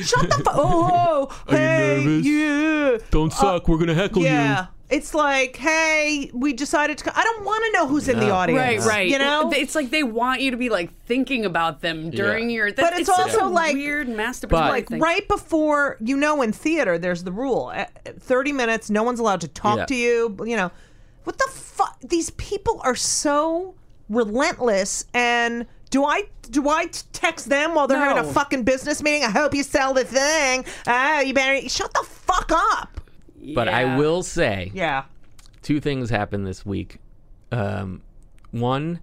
Speaker 2: Shut the fuck. Oh,
Speaker 3: Are you
Speaker 2: hey,
Speaker 3: nervous?
Speaker 2: yeah.
Speaker 4: Oh,
Speaker 3: Don't suck. We're gonna heckle
Speaker 2: Yeah. It's like, hey, we decided to. co- I don't want to know who's in the audience.
Speaker 4: Right, right.
Speaker 2: You know,
Speaker 4: it's like they want you to be like thinking about them during
Speaker 3: Yeah.
Speaker 4: your. That,
Speaker 2: But it's
Speaker 4: such
Speaker 2: also
Speaker 4: a
Speaker 2: like-
Speaker 4: weird masturbation.
Speaker 3: But-
Speaker 2: like
Speaker 4: thing.
Speaker 2: right before you know in theater there's the rule at at 30 minutes no one's allowed to talk
Speaker 3: Yeah.
Speaker 2: to you you know what the fuck these people are so relentless and do I do I text them while they're having a
Speaker 4: No.
Speaker 2: fucking business meeting? I hope you sell the thing. Ah, you better shut the fuck up.
Speaker 3: you. But I
Speaker 4: Yeah.
Speaker 3: will say,
Speaker 2: Yeah.
Speaker 3: two things happened this week. Um, one,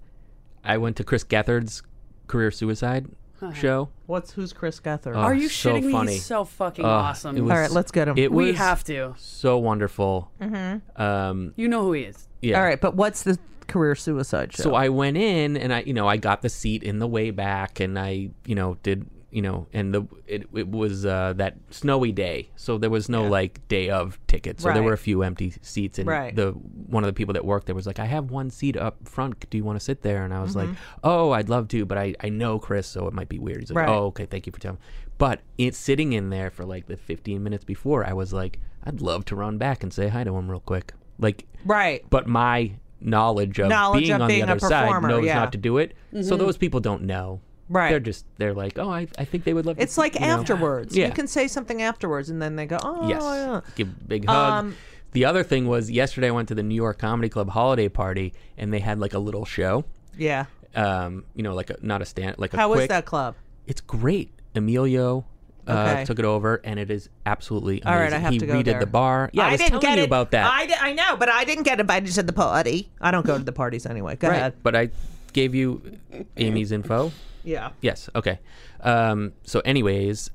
Speaker 3: I went to Chris Gethard's career suicide show.
Speaker 2: What's who's Chris Gethard?
Speaker 3: Oh,
Speaker 4: Are you
Speaker 3: so
Speaker 4: shitting me?
Speaker 3: funny.
Speaker 4: He's so fucking
Speaker 3: Uh,
Speaker 4: awesome.
Speaker 3: it was-
Speaker 2: All right, let's get him.
Speaker 3: It was
Speaker 4: we have to.
Speaker 3: so wonderful. Mm-hmm. Um,
Speaker 4: You know who he is.
Speaker 3: yeah.
Speaker 2: All right, but what's the career suicide show?
Speaker 3: So I went in and I, you know, I got the seat in the way back and I, you know, did, you know, and the it, it was uh, that snowy day, so there was no like day of tickets. So there
Speaker 2: Right.
Speaker 3: were a few empty seats, and
Speaker 2: Right.
Speaker 3: the one of the people that worked there was like, "I have one seat up front. Do you want to sit there?" And I was like, "Oh, I'd love to, but I I know Chris, so it might be weird." He's like,
Speaker 2: Mm-hmm. Right.
Speaker 3: "Oh, okay, thank you for telling." me." But it's sitting in there for like the 15 minutes before, I was like, "I'd love to run back and say hi to him real quick." Like,
Speaker 2: right.
Speaker 3: but my knowledge of
Speaker 2: Knowledge
Speaker 3: being
Speaker 2: of
Speaker 3: on
Speaker 2: being
Speaker 3: the
Speaker 2: a
Speaker 3: other side
Speaker 2: performer,
Speaker 3: knows
Speaker 2: yeah. Mm-hmm.
Speaker 3: not to do it. So those people don't know.
Speaker 2: Right.
Speaker 3: They're just they're like, oh, I, I think they would love. to
Speaker 2: It's
Speaker 3: see-"
Speaker 2: like
Speaker 3: you know?
Speaker 2: afterwards.
Speaker 3: Yeah.
Speaker 2: You can say something afterwards and then they go, "Oh,
Speaker 3: Yes.
Speaker 2: yeah."
Speaker 3: Give a big hug.
Speaker 2: Um,
Speaker 3: the other thing was yesterday I went to the New York Comedy Club holiday party and they had like a little show.
Speaker 2: Yeah.
Speaker 3: Um, you know, like a, not a stand, like a
Speaker 2: How was
Speaker 3: quick-
Speaker 2: that club?
Speaker 3: It's great. Emilio. Uh,
Speaker 2: Okay.
Speaker 3: took it over and it is absolutely amazing.
Speaker 2: All right, I have
Speaker 3: he
Speaker 2: to go
Speaker 3: redid
Speaker 2: there.
Speaker 3: the bar. Yeah, I, was telling you
Speaker 2: it.
Speaker 3: about that.
Speaker 2: I, di- I know, but I didn't get invited to the party. I don't go to the parties anyway. Go ahead.
Speaker 3: But I gave you Amy's info.
Speaker 2: Yeah.
Speaker 3: Yes. Okay. Um, so, anyways,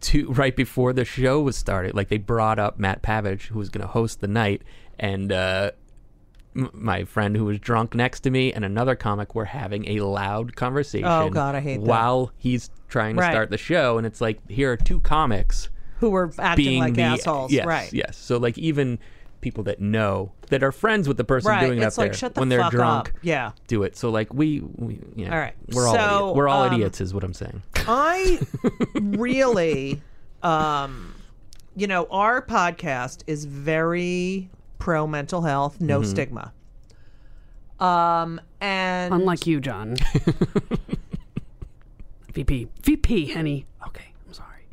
Speaker 3: two right before the show was started, like they brought up Matt Pavage, who was going to host the night, and uh, m- my friend who was drunk next to me and another comic were having a loud conversation.
Speaker 2: Oh, God, I hate that.
Speaker 3: While he's trying to
Speaker 2: Right.
Speaker 3: start the show, and it's like here are two comics
Speaker 2: Who were acting
Speaker 3: being
Speaker 2: like
Speaker 3: the
Speaker 2: assholes.
Speaker 3: Yes,
Speaker 2: right.
Speaker 3: Yes. So like even people that know that are friends with the person
Speaker 2: Right.
Speaker 3: doing it
Speaker 2: It's
Speaker 3: up
Speaker 2: like,
Speaker 3: there
Speaker 2: shut the
Speaker 3: when they're
Speaker 2: fuck
Speaker 3: drunk.
Speaker 2: up. Yeah.
Speaker 3: Do it. So like we, we you know,
Speaker 2: All right.
Speaker 3: We're all
Speaker 2: So,
Speaker 3: idiots. we're all
Speaker 2: um,
Speaker 3: idiots is what I'm saying.
Speaker 2: I really, um, you know, our podcast is very pro mental health, no
Speaker 3: Mm-hmm.
Speaker 2: stigma. Um, and
Speaker 4: Unlike you, John. VP. VP, Henny. Okay, I'm sorry.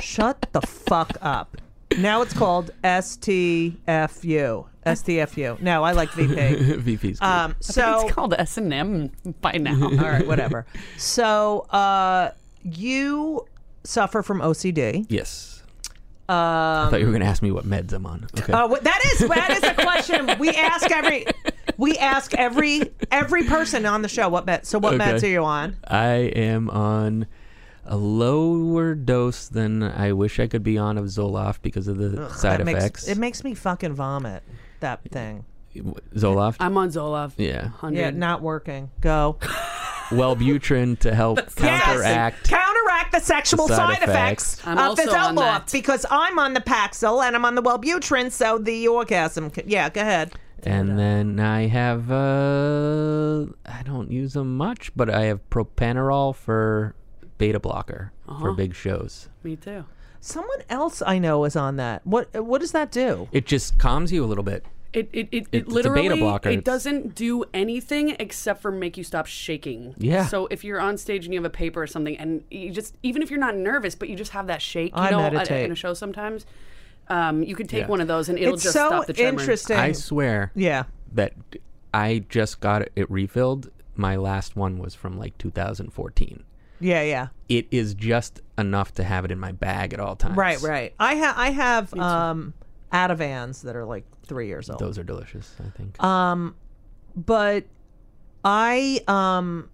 Speaker 2: Shut the fuck up. Now it's called STFU. STFU. No, I like VP.
Speaker 3: VP's good.
Speaker 2: Um, so
Speaker 4: It's called S and M by now.
Speaker 2: all right, whatever. So uh, you suffer from OCD.
Speaker 3: yes. I
Speaker 2: um,
Speaker 3: thought you were going to ask me what meds I'm on. Okay.
Speaker 2: Uh, what- that is that is a question we ask every we ask every every person on the show what meds. So what
Speaker 3: Okay.
Speaker 2: meds are you on?
Speaker 3: I am on a lower dose than I wish I could be on of Zoloft because of the side
Speaker 2: that makes,
Speaker 3: effects.
Speaker 2: It makes me fucking vomit. That thing.
Speaker 3: Zoloft.
Speaker 4: I'm on Zoloft.
Speaker 3: yeah.
Speaker 4: 100.
Speaker 2: Yeah, not working. Go
Speaker 3: Wellbutrin to help counteract.
Speaker 2: counteract the sexual
Speaker 3: The
Speaker 2: side,
Speaker 3: side
Speaker 2: effects,
Speaker 3: effects.
Speaker 4: I'm
Speaker 2: of the
Speaker 4: also
Speaker 2: Zoloft
Speaker 4: on that.
Speaker 2: because I'm on the Paxil and I'm on the Wellbutrin, so the orgasm. c- Yeah, go ahead.
Speaker 3: And then I have uh I don't use them much, but I have propanerol for beta blocker for big shows.
Speaker 4: Me too.
Speaker 2: Someone else I know is on that. What what does that do?
Speaker 3: It just calms you a little bit.
Speaker 4: It it, it,
Speaker 3: It's a
Speaker 4: it
Speaker 3: beta
Speaker 4: literally
Speaker 3: blocker.
Speaker 4: it
Speaker 3: It's-
Speaker 4: doesn't do anything except for make you stop shaking.
Speaker 3: Yeah.
Speaker 4: So if you're on stage and you have a paper or something, and you just even if you're not nervous, but you just have that shake, you
Speaker 2: I
Speaker 4: know, at-
Speaker 2: meditate.
Speaker 4: in a show sometimes, um, you could take
Speaker 3: Yeah.
Speaker 4: one of those and it'll
Speaker 2: it's
Speaker 4: just
Speaker 2: so
Speaker 4: stop the tremor.
Speaker 2: interesting.
Speaker 3: I swear
Speaker 2: yeah.
Speaker 3: that I just got it refilled. My last one was from like 2014.
Speaker 2: Yeah, yeah.
Speaker 3: It is just enough to have it in my bag at all times.
Speaker 2: Right, right. I ha- I have um Ativans that are like 3 years old.
Speaker 3: Those are delicious, I think.
Speaker 2: Um, but I um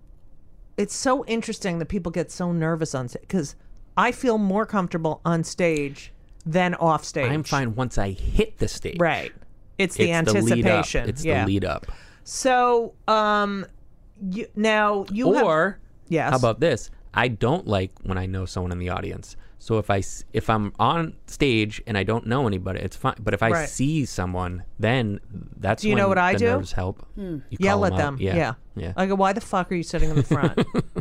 Speaker 2: it's so interesting that people get so nervous on stage cuz I feel more comfortable on stage than off stage.
Speaker 3: I'm fine once I hit the stage.
Speaker 2: Right. It's
Speaker 3: It's
Speaker 2: the anticipation.
Speaker 3: lead up. It's
Speaker 2: yeah.
Speaker 3: the lead up.
Speaker 2: So um you, now you have
Speaker 3: Or
Speaker 2: yes.
Speaker 3: How about this? I don't like when I know someone in the audience. So if I s- if I'm on stage and I don't know anybody, it's fine. But if I
Speaker 2: Right.
Speaker 3: see someone, then that's
Speaker 2: you know what
Speaker 3: when
Speaker 2: I
Speaker 3: the
Speaker 2: do? Hmm.
Speaker 3: Nerves help. You
Speaker 2: yell
Speaker 3: call
Speaker 2: at
Speaker 3: 'em
Speaker 2: them.
Speaker 3: up.
Speaker 2: Yeah.
Speaker 3: yeah.
Speaker 2: I go, why the fuck are you sitting in the front?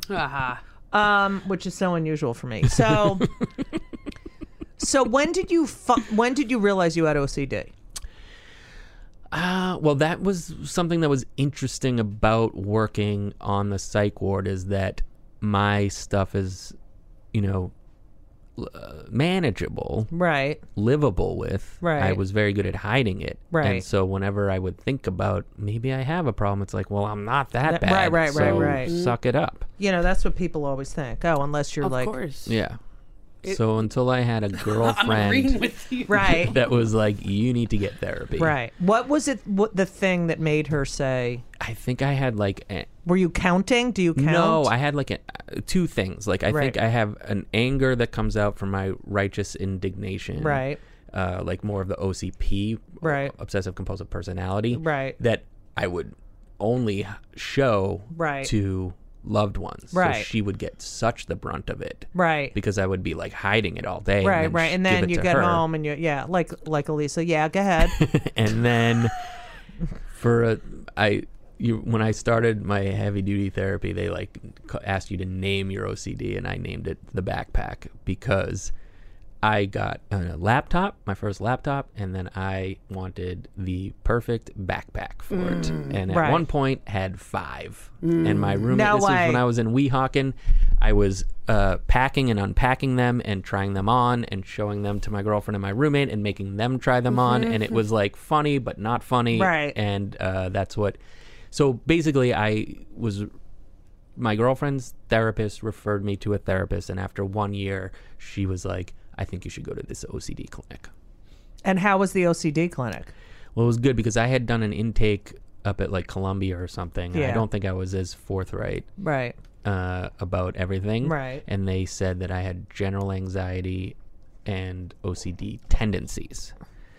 Speaker 4: Aha.
Speaker 2: um, which is so unusual for me. So, so when did you fu- when did you realize you had OCD?
Speaker 3: Uh, well, that was something that was interesting about working on the psych ward is that my stuff is, you know, l- uh, manageable,
Speaker 2: Right.
Speaker 3: livable with. I
Speaker 2: Right.
Speaker 3: was very good at hiding it.
Speaker 2: Right.
Speaker 3: And so whenever I would think about maybe I have a problem, it's like, well, I'm not
Speaker 2: That-
Speaker 3: that, bad.
Speaker 2: right, right, right,
Speaker 3: so
Speaker 2: right.
Speaker 3: Suck it up.
Speaker 2: You know, that's what people always think. Oh, unless you're
Speaker 6: Of
Speaker 2: like
Speaker 6: course.
Speaker 3: Yeah. so until I had a
Speaker 4: agreeing
Speaker 3: girlfriend
Speaker 4: with you.
Speaker 2: right.
Speaker 3: that was like, you need to get therapy.
Speaker 2: Right. What was it? What the thing that made her say?
Speaker 3: I think I had like. a-
Speaker 2: Were you counting? Do you count?
Speaker 3: No, I had like a, uh, two things. Like I
Speaker 2: Right.
Speaker 3: think I have an anger that comes out from my righteous indignation,
Speaker 2: Right.
Speaker 3: Uh, like more of the OCP,
Speaker 2: Right.
Speaker 3: uh, obsessive compulsive personality,
Speaker 2: Right.
Speaker 3: That I would only show
Speaker 2: Right.
Speaker 3: to loved ones. So
Speaker 2: Right.
Speaker 3: she would get such the brunt of it,
Speaker 2: Right.
Speaker 3: Because I would be like hiding it all day,
Speaker 2: right.
Speaker 3: and then
Speaker 2: Right.
Speaker 3: sh-
Speaker 2: And
Speaker 3: give
Speaker 2: then
Speaker 3: it
Speaker 2: you
Speaker 3: to
Speaker 2: get
Speaker 3: her.
Speaker 2: home and you yeah, like like Elisa. Yeah, go ahead.
Speaker 3: and then for a, I you when I started my heavy duty therapy, they like c- asked you to name your OCD, and I named it the backpack because I got a laptop, my first laptop, and then I wanted the perfect backpack for it, and at
Speaker 2: right.
Speaker 3: one point had five. And my roommate,
Speaker 2: No
Speaker 3: this was
Speaker 2: way.
Speaker 3: when I was in Weehawken, I was uh, packing and unpacking them and trying them on and showing them to my girlfriend and my roommate and making them try them on. And it was like funny, but not funny.
Speaker 2: Right.
Speaker 3: And uh, that's what. So basically, I was. My girlfriend's therapist referred me to a therapist. And after one year, she was like, I think you should go to this OCD clinic.
Speaker 2: and how was the OCD clinic?
Speaker 3: Well, it was good because I had done an intake up at like Columbia or something. and I
Speaker 2: Yeah.
Speaker 3: don't think I was as forthright
Speaker 2: Right.
Speaker 3: uh, about everything.
Speaker 2: Right.
Speaker 3: And they said that I had general anxiety and OCD tendencies.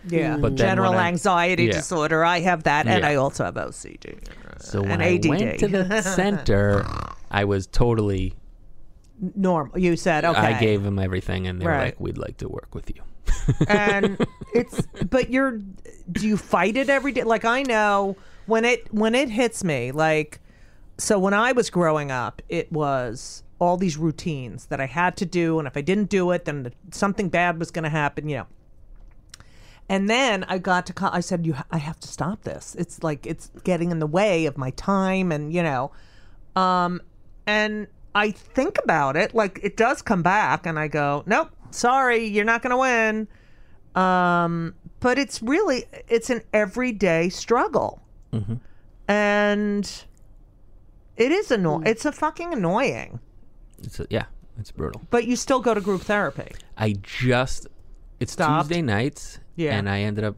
Speaker 2: Yeah.
Speaker 3: But then
Speaker 2: General
Speaker 3: when I-
Speaker 2: anxiety
Speaker 3: Mm. Yeah.
Speaker 2: disorder. I have that, and
Speaker 3: Yeah.
Speaker 2: I also have OCD.
Speaker 3: So
Speaker 2: An
Speaker 3: when
Speaker 2: ADD.
Speaker 3: I went to the center, I was totally.
Speaker 2: Normal. You said okay.
Speaker 3: I gave them everything, and they were
Speaker 2: Right.
Speaker 3: like, "We'd like to work with you."
Speaker 2: and it's but you're do you fight it every day like i know when it when it hits me like so when i was growing up it was all these routines that i had to do and if i didn't do it then something bad was going to happen you know and then I got to, co- I said, "You, ha- I have to stop this. It's like it's getting in the way of my time, and you know, um, and I think about it, like it does come back, and I go, nope, sorry, you're not going to win. Um, but it's really, it's an everyday struggle,
Speaker 3: Mm-hmm.
Speaker 2: and it is annoying. It's a fucking annoying.
Speaker 3: It's yeah, it's brutal.
Speaker 2: But you still go to group therapy.
Speaker 3: I just it's
Speaker 2: Stopped.
Speaker 3: Tuesday nights,
Speaker 2: Yeah.
Speaker 3: and I ended up.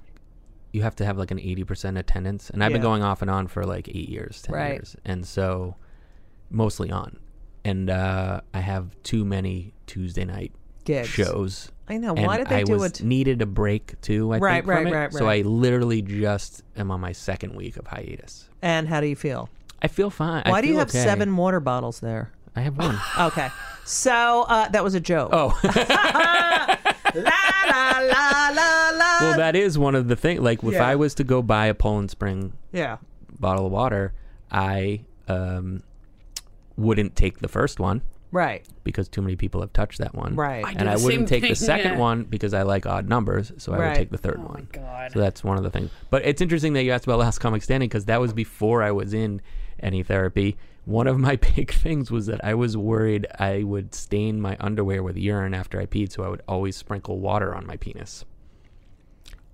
Speaker 3: You have to have like an eighty percent attendance, and I've been
Speaker 2: Yeah.
Speaker 3: going off and on for like eight years, ten
Speaker 2: Right.
Speaker 3: years, and so mostly on. And uh, I have too many Tuesday night
Speaker 2: Gigs.
Speaker 3: shows.
Speaker 2: I know.
Speaker 3: And
Speaker 2: Why did they
Speaker 3: I
Speaker 2: do
Speaker 3: was
Speaker 2: it?
Speaker 3: Needed a break too. I
Speaker 2: Right,
Speaker 3: think,
Speaker 2: right,
Speaker 3: from it.
Speaker 2: right,
Speaker 3: So I
Speaker 2: right.
Speaker 3: literally just am on my second week of hiatus.
Speaker 2: And how do you feel?
Speaker 3: I feel fine. I
Speaker 2: Why do you
Speaker 3: feel
Speaker 2: have
Speaker 3: okay.
Speaker 2: seven water bottles there?
Speaker 3: I have one.
Speaker 2: Okay. So uh, that was a joke.
Speaker 3: oh.
Speaker 2: La, la, la, la, la.
Speaker 3: Well, that is one of the things. Like, if
Speaker 2: Yeah.
Speaker 3: I was to go buy a Poland Spring
Speaker 2: yeah.
Speaker 3: bottle of water, I um, wouldn't take the first one
Speaker 2: Right.
Speaker 3: because too many people have touched that one.
Speaker 2: Right. I do
Speaker 3: and I
Speaker 4: the
Speaker 3: wouldn't
Speaker 4: same
Speaker 3: take the
Speaker 4: thing,
Speaker 3: second
Speaker 4: yeah. Oh
Speaker 3: one because I like odd numbers, so I
Speaker 2: Right.
Speaker 3: would take the third one.
Speaker 4: God.
Speaker 3: So that's one of the things. But it's interesting that you asked about Last Comic Standing because that was before I was in any therapy. One of my big things was that I was worried I would stain my underwear with urine after I peed, so I would always sprinkle water on my penis.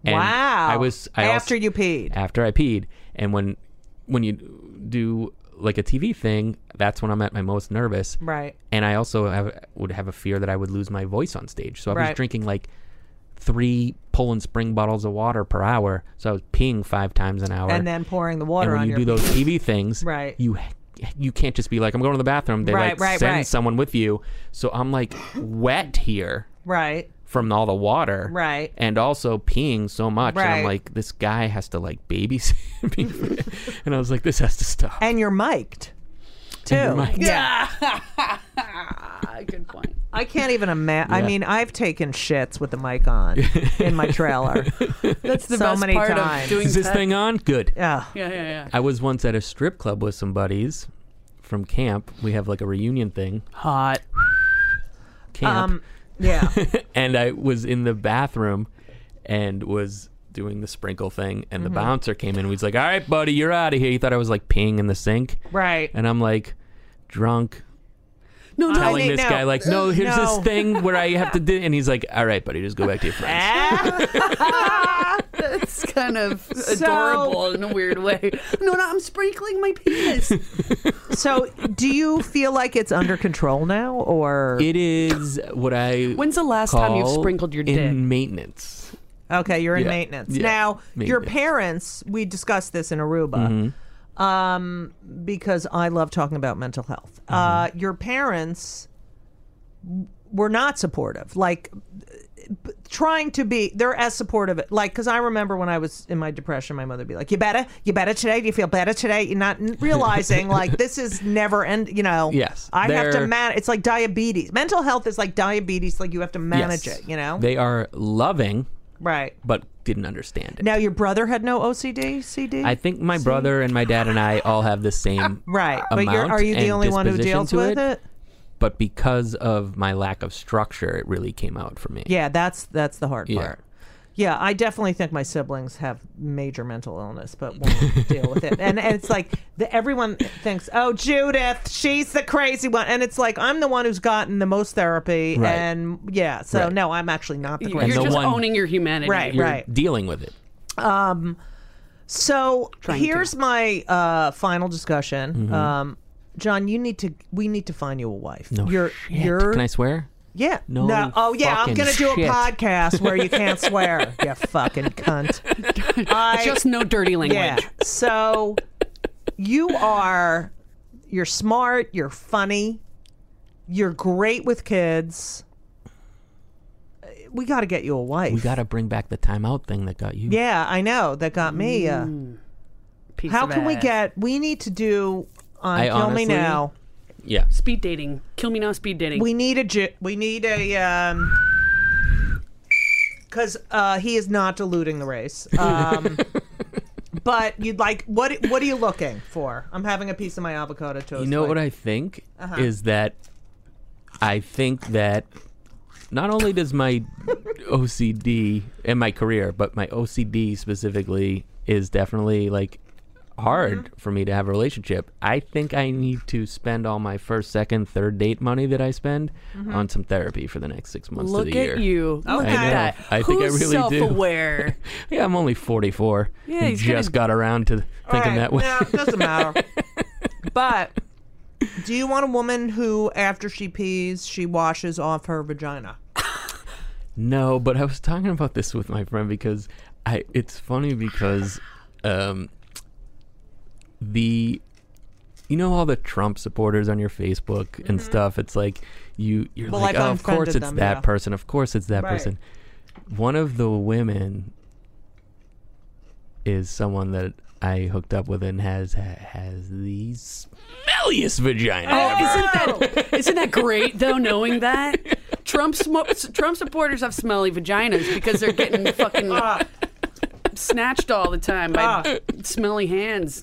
Speaker 3: And
Speaker 2: wow.
Speaker 3: I was I also-
Speaker 2: after you peed.
Speaker 3: after I peed. And when when you do like a TV thing, that's when I'm at my most nervous.
Speaker 2: Right.
Speaker 3: And I also have, would have a fear that I would lose my voice on stage. So I was
Speaker 2: Right.
Speaker 3: drinking like three Poland Spring bottles of water per hour. So I was peeing five times an hour.
Speaker 2: And then pouring the
Speaker 3: And
Speaker 2: water
Speaker 3: when
Speaker 2: on
Speaker 3: you
Speaker 2: your
Speaker 3: do those TV things,
Speaker 2: Right.
Speaker 3: you you can't just be like, I'm going to the bathroom. They
Speaker 2: Right,
Speaker 3: like
Speaker 2: right,
Speaker 3: send
Speaker 2: right.
Speaker 3: someone with you. So I'm like wet here
Speaker 2: Right.
Speaker 3: from all the water.
Speaker 2: Right.
Speaker 3: And also peeing so much. And I'm
Speaker 2: Right.
Speaker 3: like, this guy has to like babysit me. and I was like, this has to stop.
Speaker 2: And you're mic'd. Too.
Speaker 3: And you're mic'd.
Speaker 2: Yeah.
Speaker 4: Good point.
Speaker 2: I can't even imagine. I mean, I've taken shits with the mic on in my trailer.
Speaker 6: That's the
Speaker 2: So
Speaker 6: best
Speaker 2: many
Speaker 6: part
Speaker 2: times.
Speaker 6: of doing
Speaker 3: Is this
Speaker 6: tech.
Speaker 3: thing on? Good.
Speaker 2: Yeah.
Speaker 4: Yeah, yeah, yeah.
Speaker 3: I was once at a strip club with some buddies from camp. We have like a reunion thing.
Speaker 6: Hot.
Speaker 3: Camp.
Speaker 2: Um, Yeah.
Speaker 3: and I was in the bathroom and was doing the sprinkle thing and
Speaker 2: Mm-hmm.
Speaker 3: the bouncer came in and was like, All right, buddy, you're out of here. He thought I was like peeing in the sink.
Speaker 2: Right.
Speaker 3: And I'm like, drunk,
Speaker 6: No, no.
Speaker 3: telling
Speaker 2: mean,
Speaker 3: this
Speaker 2: no.
Speaker 3: guy, like, no, here's
Speaker 2: No.
Speaker 3: this thing where I have to do and he's like, All right, buddy, just go back to your friends.
Speaker 6: It's kind of
Speaker 4: Adorable in a weird way.
Speaker 6: no, no. I'm sprinkling my penis.
Speaker 2: so, do you feel like it's under control now, or
Speaker 3: It is what I
Speaker 6: When's the last time you've
Speaker 3: call
Speaker 6: sprinkled your
Speaker 3: in
Speaker 6: dick?
Speaker 3: maintenance.
Speaker 2: okay, you're in
Speaker 3: Yeah.
Speaker 2: maintenance
Speaker 3: Yeah. Mm-hmm.
Speaker 2: now? Your
Speaker 3: Maintenance.
Speaker 2: parents, we discussed this in Aruba, um, because I love talking about mental health.
Speaker 3: Mm-hmm.
Speaker 2: Uh, your parents w- were not supportive, like b- trying to be. They're as supportive, like because I remember when I was in my depression, my mother'd be like, "You better, you better today. Do you feel better today?" You're not n- realizing like this is never end. You know,
Speaker 3: Yes,
Speaker 2: I have to
Speaker 3: they're-
Speaker 2: manage. It's like diabetes. Mental health is like diabetes. Like you have to manage
Speaker 3: Yes.
Speaker 2: it. You know,
Speaker 3: They are loving
Speaker 2: right.
Speaker 3: but didn't understand it.
Speaker 2: Now your brother had no OCD, CD.
Speaker 3: I think my brother and my dad and I all have the same
Speaker 2: right, but you're,
Speaker 3: amount
Speaker 2: are you the
Speaker 3: and
Speaker 2: only one who
Speaker 3: disposition
Speaker 2: deals
Speaker 3: to
Speaker 2: with it?
Speaker 3: But because of my lack of structure, it really came out for me.
Speaker 2: Yeah, that's that's the hard
Speaker 3: Yeah.
Speaker 2: part. Yeah, I definitely think my siblings have major mental illness, but won't deal with it. And, and it's like the, everyone thinks, "Oh, Judith, she's the crazy one," and it's like I'm the one who's gotten the most therapy.
Speaker 3: Right.
Speaker 2: And yeah, so
Speaker 3: Right.
Speaker 2: no, I'm actually not the
Speaker 4: You're
Speaker 2: crazy.
Speaker 3: the
Speaker 4: just
Speaker 3: one-
Speaker 4: owning your humanity.
Speaker 2: Right,
Speaker 3: You're
Speaker 2: right.
Speaker 3: dealing with it.
Speaker 2: So
Speaker 6: Trying to.
Speaker 2: here's my uh, final discussion.
Speaker 3: Mm-hmm.
Speaker 2: Um, John, you need to. We need to find you a wife.
Speaker 3: No
Speaker 2: you're,
Speaker 3: shit.
Speaker 2: you're,
Speaker 3: Can I swear?
Speaker 2: Yeah.
Speaker 3: No
Speaker 2: Oh, yeah. I'm
Speaker 3: fucking
Speaker 2: gonna do a
Speaker 3: shit.
Speaker 2: podcast where you can't swear. you fucking cunt. I,
Speaker 6: Just no dirty language.
Speaker 2: yeah. So you are. You're smart. You're funny. You're great with kids. We got to get you a wife.
Speaker 3: We got to bring back the timeout thing that got you.
Speaker 2: Yeah, I know. That got me. Uh,
Speaker 4: Piece
Speaker 2: how
Speaker 4: of
Speaker 2: can we
Speaker 4: ass.
Speaker 2: get? We need to do on
Speaker 3: I
Speaker 2: Kill
Speaker 3: honestly-
Speaker 2: Me Now.
Speaker 3: Yeah.
Speaker 4: speed dating? Kill me now, speed dating.
Speaker 2: We need a. ju- We need a. Um, because uh, he is not diluting the race. Um, but you'd like what? What are you looking for? I'm having a piece of my avocado toast.
Speaker 3: You know what I think
Speaker 6: Uh-huh.
Speaker 3: is that I think that not only does my OCD and my career, but my OCD specifically is definitely like hard
Speaker 6: Mm-hmm.
Speaker 3: for me to have a relationship. I think I need to spend all my first, second, third date money that I spend on some therapy for the next six months
Speaker 6: Mm-hmm. Look
Speaker 3: to
Speaker 6: at
Speaker 3: the year.
Speaker 6: you. Look
Speaker 2: I
Speaker 6: at
Speaker 2: know.
Speaker 6: that.
Speaker 3: I think I
Speaker 6: Who's
Speaker 3: really do.
Speaker 6: self-aware?
Speaker 3: Yeah, I'm only 44.
Speaker 6: Yeah,
Speaker 3: and
Speaker 6: he's kinda-
Speaker 3: just got around to thinking that way.
Speaker 2: No, it doesn't matter. but do you want a woman who, after she pees, she washes off her vagina? Uh,
Speaker 3: No, but I was talking about this with my friend because I it's funny because um the you know all the Trump supporters on your Facebook and stuff. It's like you you're
Speaker 2: Mm-hmm. Well,
Speaker 3: like,
Speaker 2: I've
Speaker 3: oh, of course
Speaker 2: unfriended
Speaker 3: it's
Speaker 2: them,
Speaker 3: that
Speaker 2: yeah.
Speaker 3: person. Of course it's that
Speaker 2: Right.
Speaker 3: person. One of the women is someone that I hooked up with and has has the smelliest vagina.
Speaker 2: Oh.
Speaker 3: ever.
Speaker 4: Oh, Isn't that isn't that great though? Knowing that Trump sm- Trump supporters have smelly vaginas because they're getting fucking snatched all the time by
Speaker 2: Ah.
Speaker 4: smelly hands.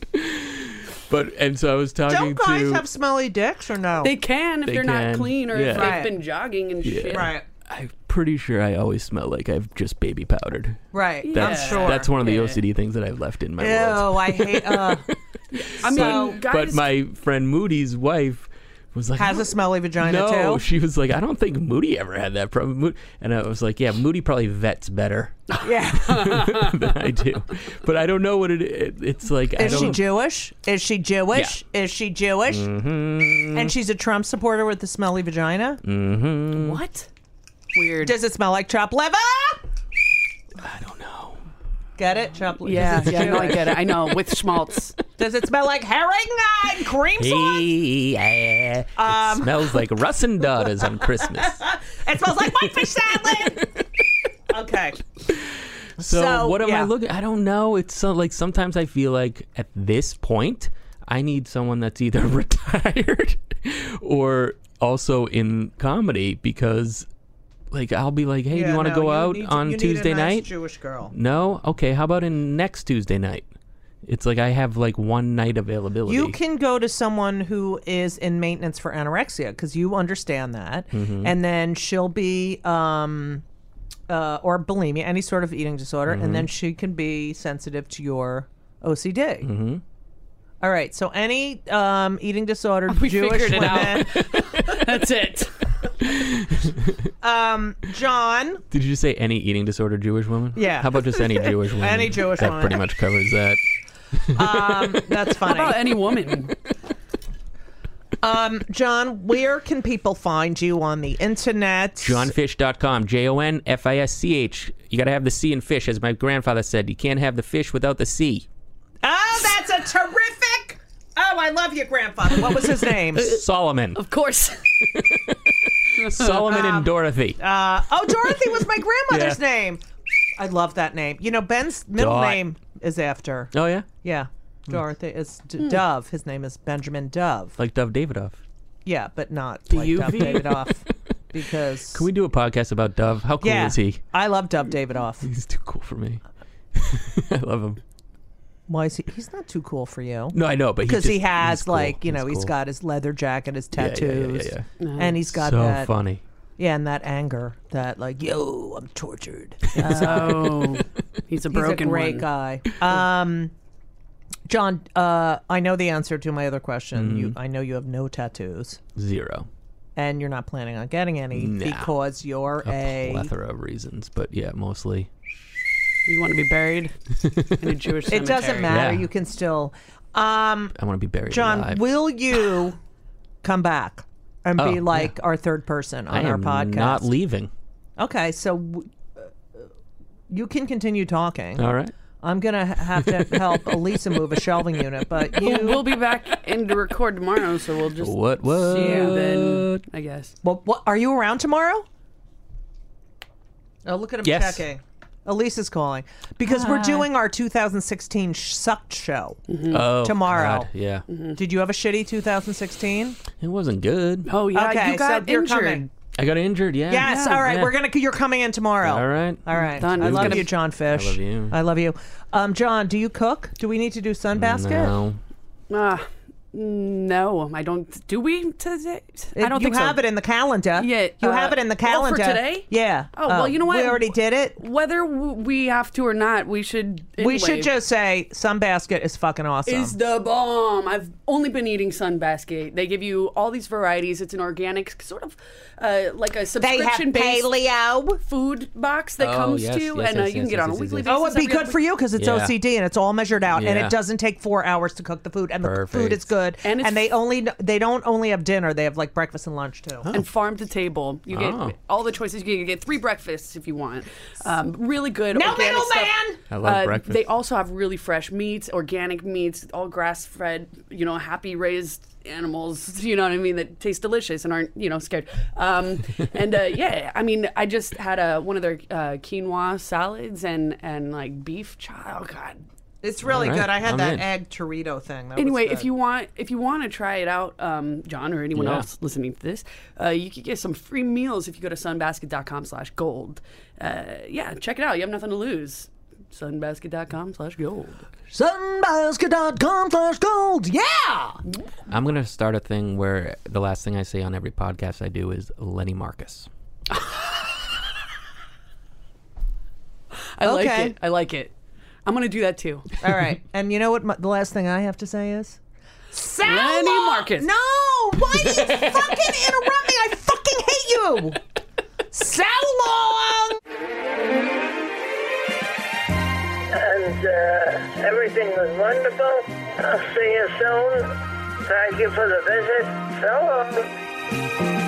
Speaker 3: But and so I was talking
Speaker 2: Don't guys
Speaker 3: to
Speaker 2: have smelly dicks or no?
Speaker 4: They can if
Speaker 3: They
Speaker 4: they are
Speaker 3: can,
Speaker 4: not clean or
Speaker 3: yeah.
Speaker 4: if they've
Speaker 2: Right.
Speaker 4: been jogging and shit.
Speaker 2: right,
Speaker 3: I'm pretty sure I always smell like I've just baby powdered.
Speaker 2: right.
Speaker 3: That's,
Speaker 2: I'm sure.
Speaker 3: That's one of the OCD things that I've left in my world.
Speaker 2: Ew, I hate. Uh,
Speaker 4: I mean,
Speaker 2: So-
Speaker 4: guys,
Speaker 3: But my friend Moody's wife was like, "Oh,
Speaker 2: has a smelly vagina
Speaker 3: no,
Speaker 2: too.
Speaker 3: she was like, I don't think Moody ever had that problem. Mo- And I was like, yeah, Moody probably vets better
Speaker 2: yeah.
Speaker 3: than I do. But I don't know what it, it it's like. I
Speaker 2: Is she
Speaker 3: don't,
Speaker 2: Jewish? Is she Jewish? Is she Jewish?
Speaker 3: Mm-hmm.
Speaker 2: And she's a Trump supporter with a smelly vagina?
Speaker 3: Mm.
Speaker 4: what? Weird.
Speaker 2: Does it smell like chopped liver?
Speaker 3: I don't know.
Speaker 2: Get it? Chopped liver.
Speaker 6: Yeah, yeah, no, I
Speaker 2: Jewish.
Speaker 6: get it. I know with schmaltz.
Speaker 2: Does it smell like herring and cream sauce?
Speaker 3: Yeah.
Speaker 2: Um.
Speaker 3: it smells like Russ and Daughters on Christmas.
Speaker 2: It smells like whitefish salad. okay.
Speaker 3: So,
Speaker 2: So,
Speaker 3: what am
Speaker 2: yeah.
Speaker 3: I looking? I don't know. It's so, like sometimes I feel like at this point I need someone that's either retired or also in comedy because like I'll be like, hey, do you want to go out on Tuesday night?
Speaker 2: Jewish girl.
Speaker 3: no, okay. How about in next Tuesday night? It's like I have like one night availability.
Speaker 2: You can go to someone who is in maintenance for anorexia because you understand that, and then she'll be um, uh, or bulimia, any sort of eating disorder, and then she can be sensitive to your OCD. Mm-hmm. right, so any um, eating disorder, Jewish
Speaker 6: figured it
Speaker 2: women,
Speaker 6: out. That's it.
Speaker 2: John,
Speaker 3: Did you just say any eating disorder Jewish woman?
Speaker 2: Yeah.
Speaker 3: How about just any Jewish woman?
Speaker 2: Any Jewish
Speaker 3: that
Speaker 2: woman.
Speaker 3: pretty much covers that.
Speaker 2: that's
Speaker 4: About
Speaker 2: funny.
Speaker 4: any woman.
Speaker 2: John, where can people find you on the internet?
Speaker 3: Johnfish.com. J O N F I S C H. You got to have the C in fish, as my grandfather said. You can't have the fish without the C.
Speaker 2: Oh, that's a terrific. Oh, I love your grandfather. What was his name?
Speaker 3: Solomon.
Speaker 4: Of course.
Speaker 3: Solomon and Dorothy.
Speaker 2: Oh, Dorothy was my grandmother's
Speaker 3: Yeah.
Speaker 2: name. I love that name. You know, Ben's middle
Speaker 3: Dot.
Speaker 2: name is after.
Speaker 3: oh, yeah.
Speaker 2: Yeah. Dorothy is D- Dove. His name is Benjamin Dove.
Speaker 3: Like Dove Davidoff.
Speaker 2: Yeah, but not like Dove Davidoff because
Speaker 3: Can we do a podcast about Dove? How cool
Speaker 2: yeah,
Speaker 3: is he?
Speaker 2: I love Dove Davidoff.
Speaker 3: He's too cool for me. I love him.
Speaker 2: Why is he? He's not too cool for you.
Speaker 3: No, I know, but
Speaker 2: Because
Speaker 3: just-
Speaker 2: he has
Speaker 3: he's cool.
Speaker 2: like you know
Speaker 3: he's
Speaker 2: he's
Speaker 3: cool.
Speaker 2: got his leather jacket, his
Speaker 3: yeah, yeah, yeah,
Speaker 2: tattoos,
Speaker 3: yeah.
Speaker 2: and he's got
Speaker 3: so
Speaker 2: that
Speaker 3: funny.
Speaker 2: yeah, and that anger, that like yo, I'm tortured.
Speaker 4: Oh, he's a broken
Speaker 2: he's a great
Speaker 4: one.
Speaker 2: guy. Um, John, uh, I know the answer to my other question.
Speaker 3: Mm-hmm.
Speaker 2: You, I know you have no tattoos,
Speaker 3: Zero.
Speaker 2: and you're not planning on getting any because you're a.
Speaker 3: Plethora of reasons, but yeah, mostly.
Speaker 4: You want to be buried in a Jewish cemetery?
Speaker 2: It doesn't matter.
Speaker 3: Yeah.
Speaker 2: You can still,
Speaker 3: I want to be buried
Speaker 2: John.
Speaker 3: alive.
Speaker 2: Will you come back and
Speaker 3: Oh,
Speaker 2: be like our third person
Speaker 3: I
Speaker 2: on our
Speaker 3: am
Speaker 2: podcast?
Speaker 3: not leaving.
Speaker 2: okay, so. W- uh, you can continue talking.
Speaker 3: All right.
Speaker 2: I'm gonna ha- have to help Elisa move a shelving unit, but you
Speaker 4: We'll, we'll be back in to record tomorrow, so we'll just
Speaker 3: What? What?
Speaker 4: see you then. I guess.
Speaker 2: Well, what are you around tomorrow? Oh, look at him
Speaker 3: Yes.
Speaker 2: checking. Elise is calling because we're doing our 2016 sh- sucked show.
Speaker 3: Oh,
Speaker 2: Tomorrow. Mm-hmm.
Speaker 3: God, Yeah.
Speaker 2: Did you have a shitty 2016?
Speaker 3: It wasn't good.
Speaker 4: Oh yeah,
Speaker 2: Okay,
Speaker 4: you
Speaker 2: so
Speaker 4: got
Speaker 2: you're
Speaker 4: injured.
Speaker 2: coming.
Speaker 3: I got injured. Yeah.
Speaker 2: Yes.
Speaker 3: Yeah,
Speaker 2: all right.
Speaker 3: yeah.
Speaker 2: We're gonna. You're coming in tomorrow.
Speaker 3: All right.
Speaker 2: All right.
Speaker 4: Done.
Speaker 2: I
Speaker 4: Who's
Speaker 2: love
Speaker 4: gonna-
Speaker 2: you, John Fish.
Speaker 3: I love you.
Speaker 2: I love you. Um, John, do you cook? Do we need to do sunbasket?
Speaker 3: No.
Speaker 4: Ah, no, I don't. Do we today?
Speaker 2: It-
Speaker 4: I don't
Speaker 2: you
Speaker 4: think
Speaker 2: have
Speaker 4: so.
Speaker 2: it in the calendar.
Speaker 4: Yeah,
Speaker 2: You
Speaker 4: uh,
Speaker 2: have it in the
Speaker 4: oh, for
Speaker 2: calendar
Speaker 4: today?
Speaker 2: Yeah. Uh,
Speaker 4: Oh, well, you know what?
Speaker 2: We already did it.
Speaker 4: Whether w- we have to or not, we should.
Speaker 2: We
Speaker 4: anyway.
Speaker 2: should just say sunbasket is fucking awesome.
Speaker 4: is the bomb. I've only been eating Sunbasket. They give you all these varieties. It's an organic sort of uh, like a subscription based
Speaker 2: paleo.
Speaker 4: food box that
Speaker 3: Oh,
Speaker 4: comes
Speaker 3: yes,
Speaker 4: to,
Speaker 3: yes,
Speaker 4: and
Speaker 3: yes,
Speaker 4: uh,
Speaker 3: yes,
Speaker 4: you can get
Speaker 3: yes,
Speaker 4: on a
Speaker 3: yes,
Speaker 4: weekly
Speaker 3: yes, yes.
Speaker 4: basis.
Speaker 2: Oh, it'd be
Speaker 4: every
Speaker 2: good
Speaker 4: other-
Speaker 2: for you because it's
Speaker 3: Yeah.
Speaker 2: OCD and it's all measured out, and
Speaker 3: Yeah.
Speaker 2: it doesn't take four hours to cook the food, and the food
Speaker 3: Perfect.
Speaker 2: is good. And,
Speaker 4: And it's-
Speaker 2: they only they don't only have dinner; they have like breakfast and lunch too.
Speaker 4: And farm to table. You get
Speaker 3: Oh.
Speaker 4: all the choices. You can get three breakfasts if you want. Um, really good.
Speaker 2: No
Speaker 4: organic stuff.
Speaker 2: middleman!
Speaker 3: I love breakfast.
Speaker 4: Uh, They also have really fresh meats, organic meats, all grass fed, you know, happy raised animals, you know what I mean, that taste delicious and aren't, you know, scared. Um, and uh, yeah, I mean, I just had a, one of their uh, quinoa salads and, and like beef chop. Oh, God.
Speaker 2: It's really
Speaker 3: All right,
Speaker 2: good. I had
Speaker 3: I'm
Speaker 2: that
Speaker 3: in.
Speaker 2: egg Torito thing. That was
Speaker 4: Anyway, if
Speaker 2: good.
Speaker 4: you want, if you want to try it out, um, John or anyone
Speaker 3: Yeah.
Speaker 4: else listening to this, uh, you could get some free meals if you go to sunbasket.com/gold. Uh, yeah, check it out. You have nothing to lose. Sunbasket.com/gold.
Speaker 2: sunbasket.com slash gold, yeah.
Speaker 3: I'm gonna start a thing where the last thing I say on every podcast I do is Lenny Marcus.
Speaker 4: I like
Speaker 2: Okay.
Speaker 4: it. I like it. I'm gonna do that too.
Speaker 2: All right, and you know what? My, the last thing I have to say is. Salad!
Speaker 4: Lenny Marcus.
Speaker 2: No! Why do you fucking interrupt me? I fucking hate you! So long!
Speaker 9: and uh, everything was wonderful. I'll see you soon. Thank you for the visit. So long.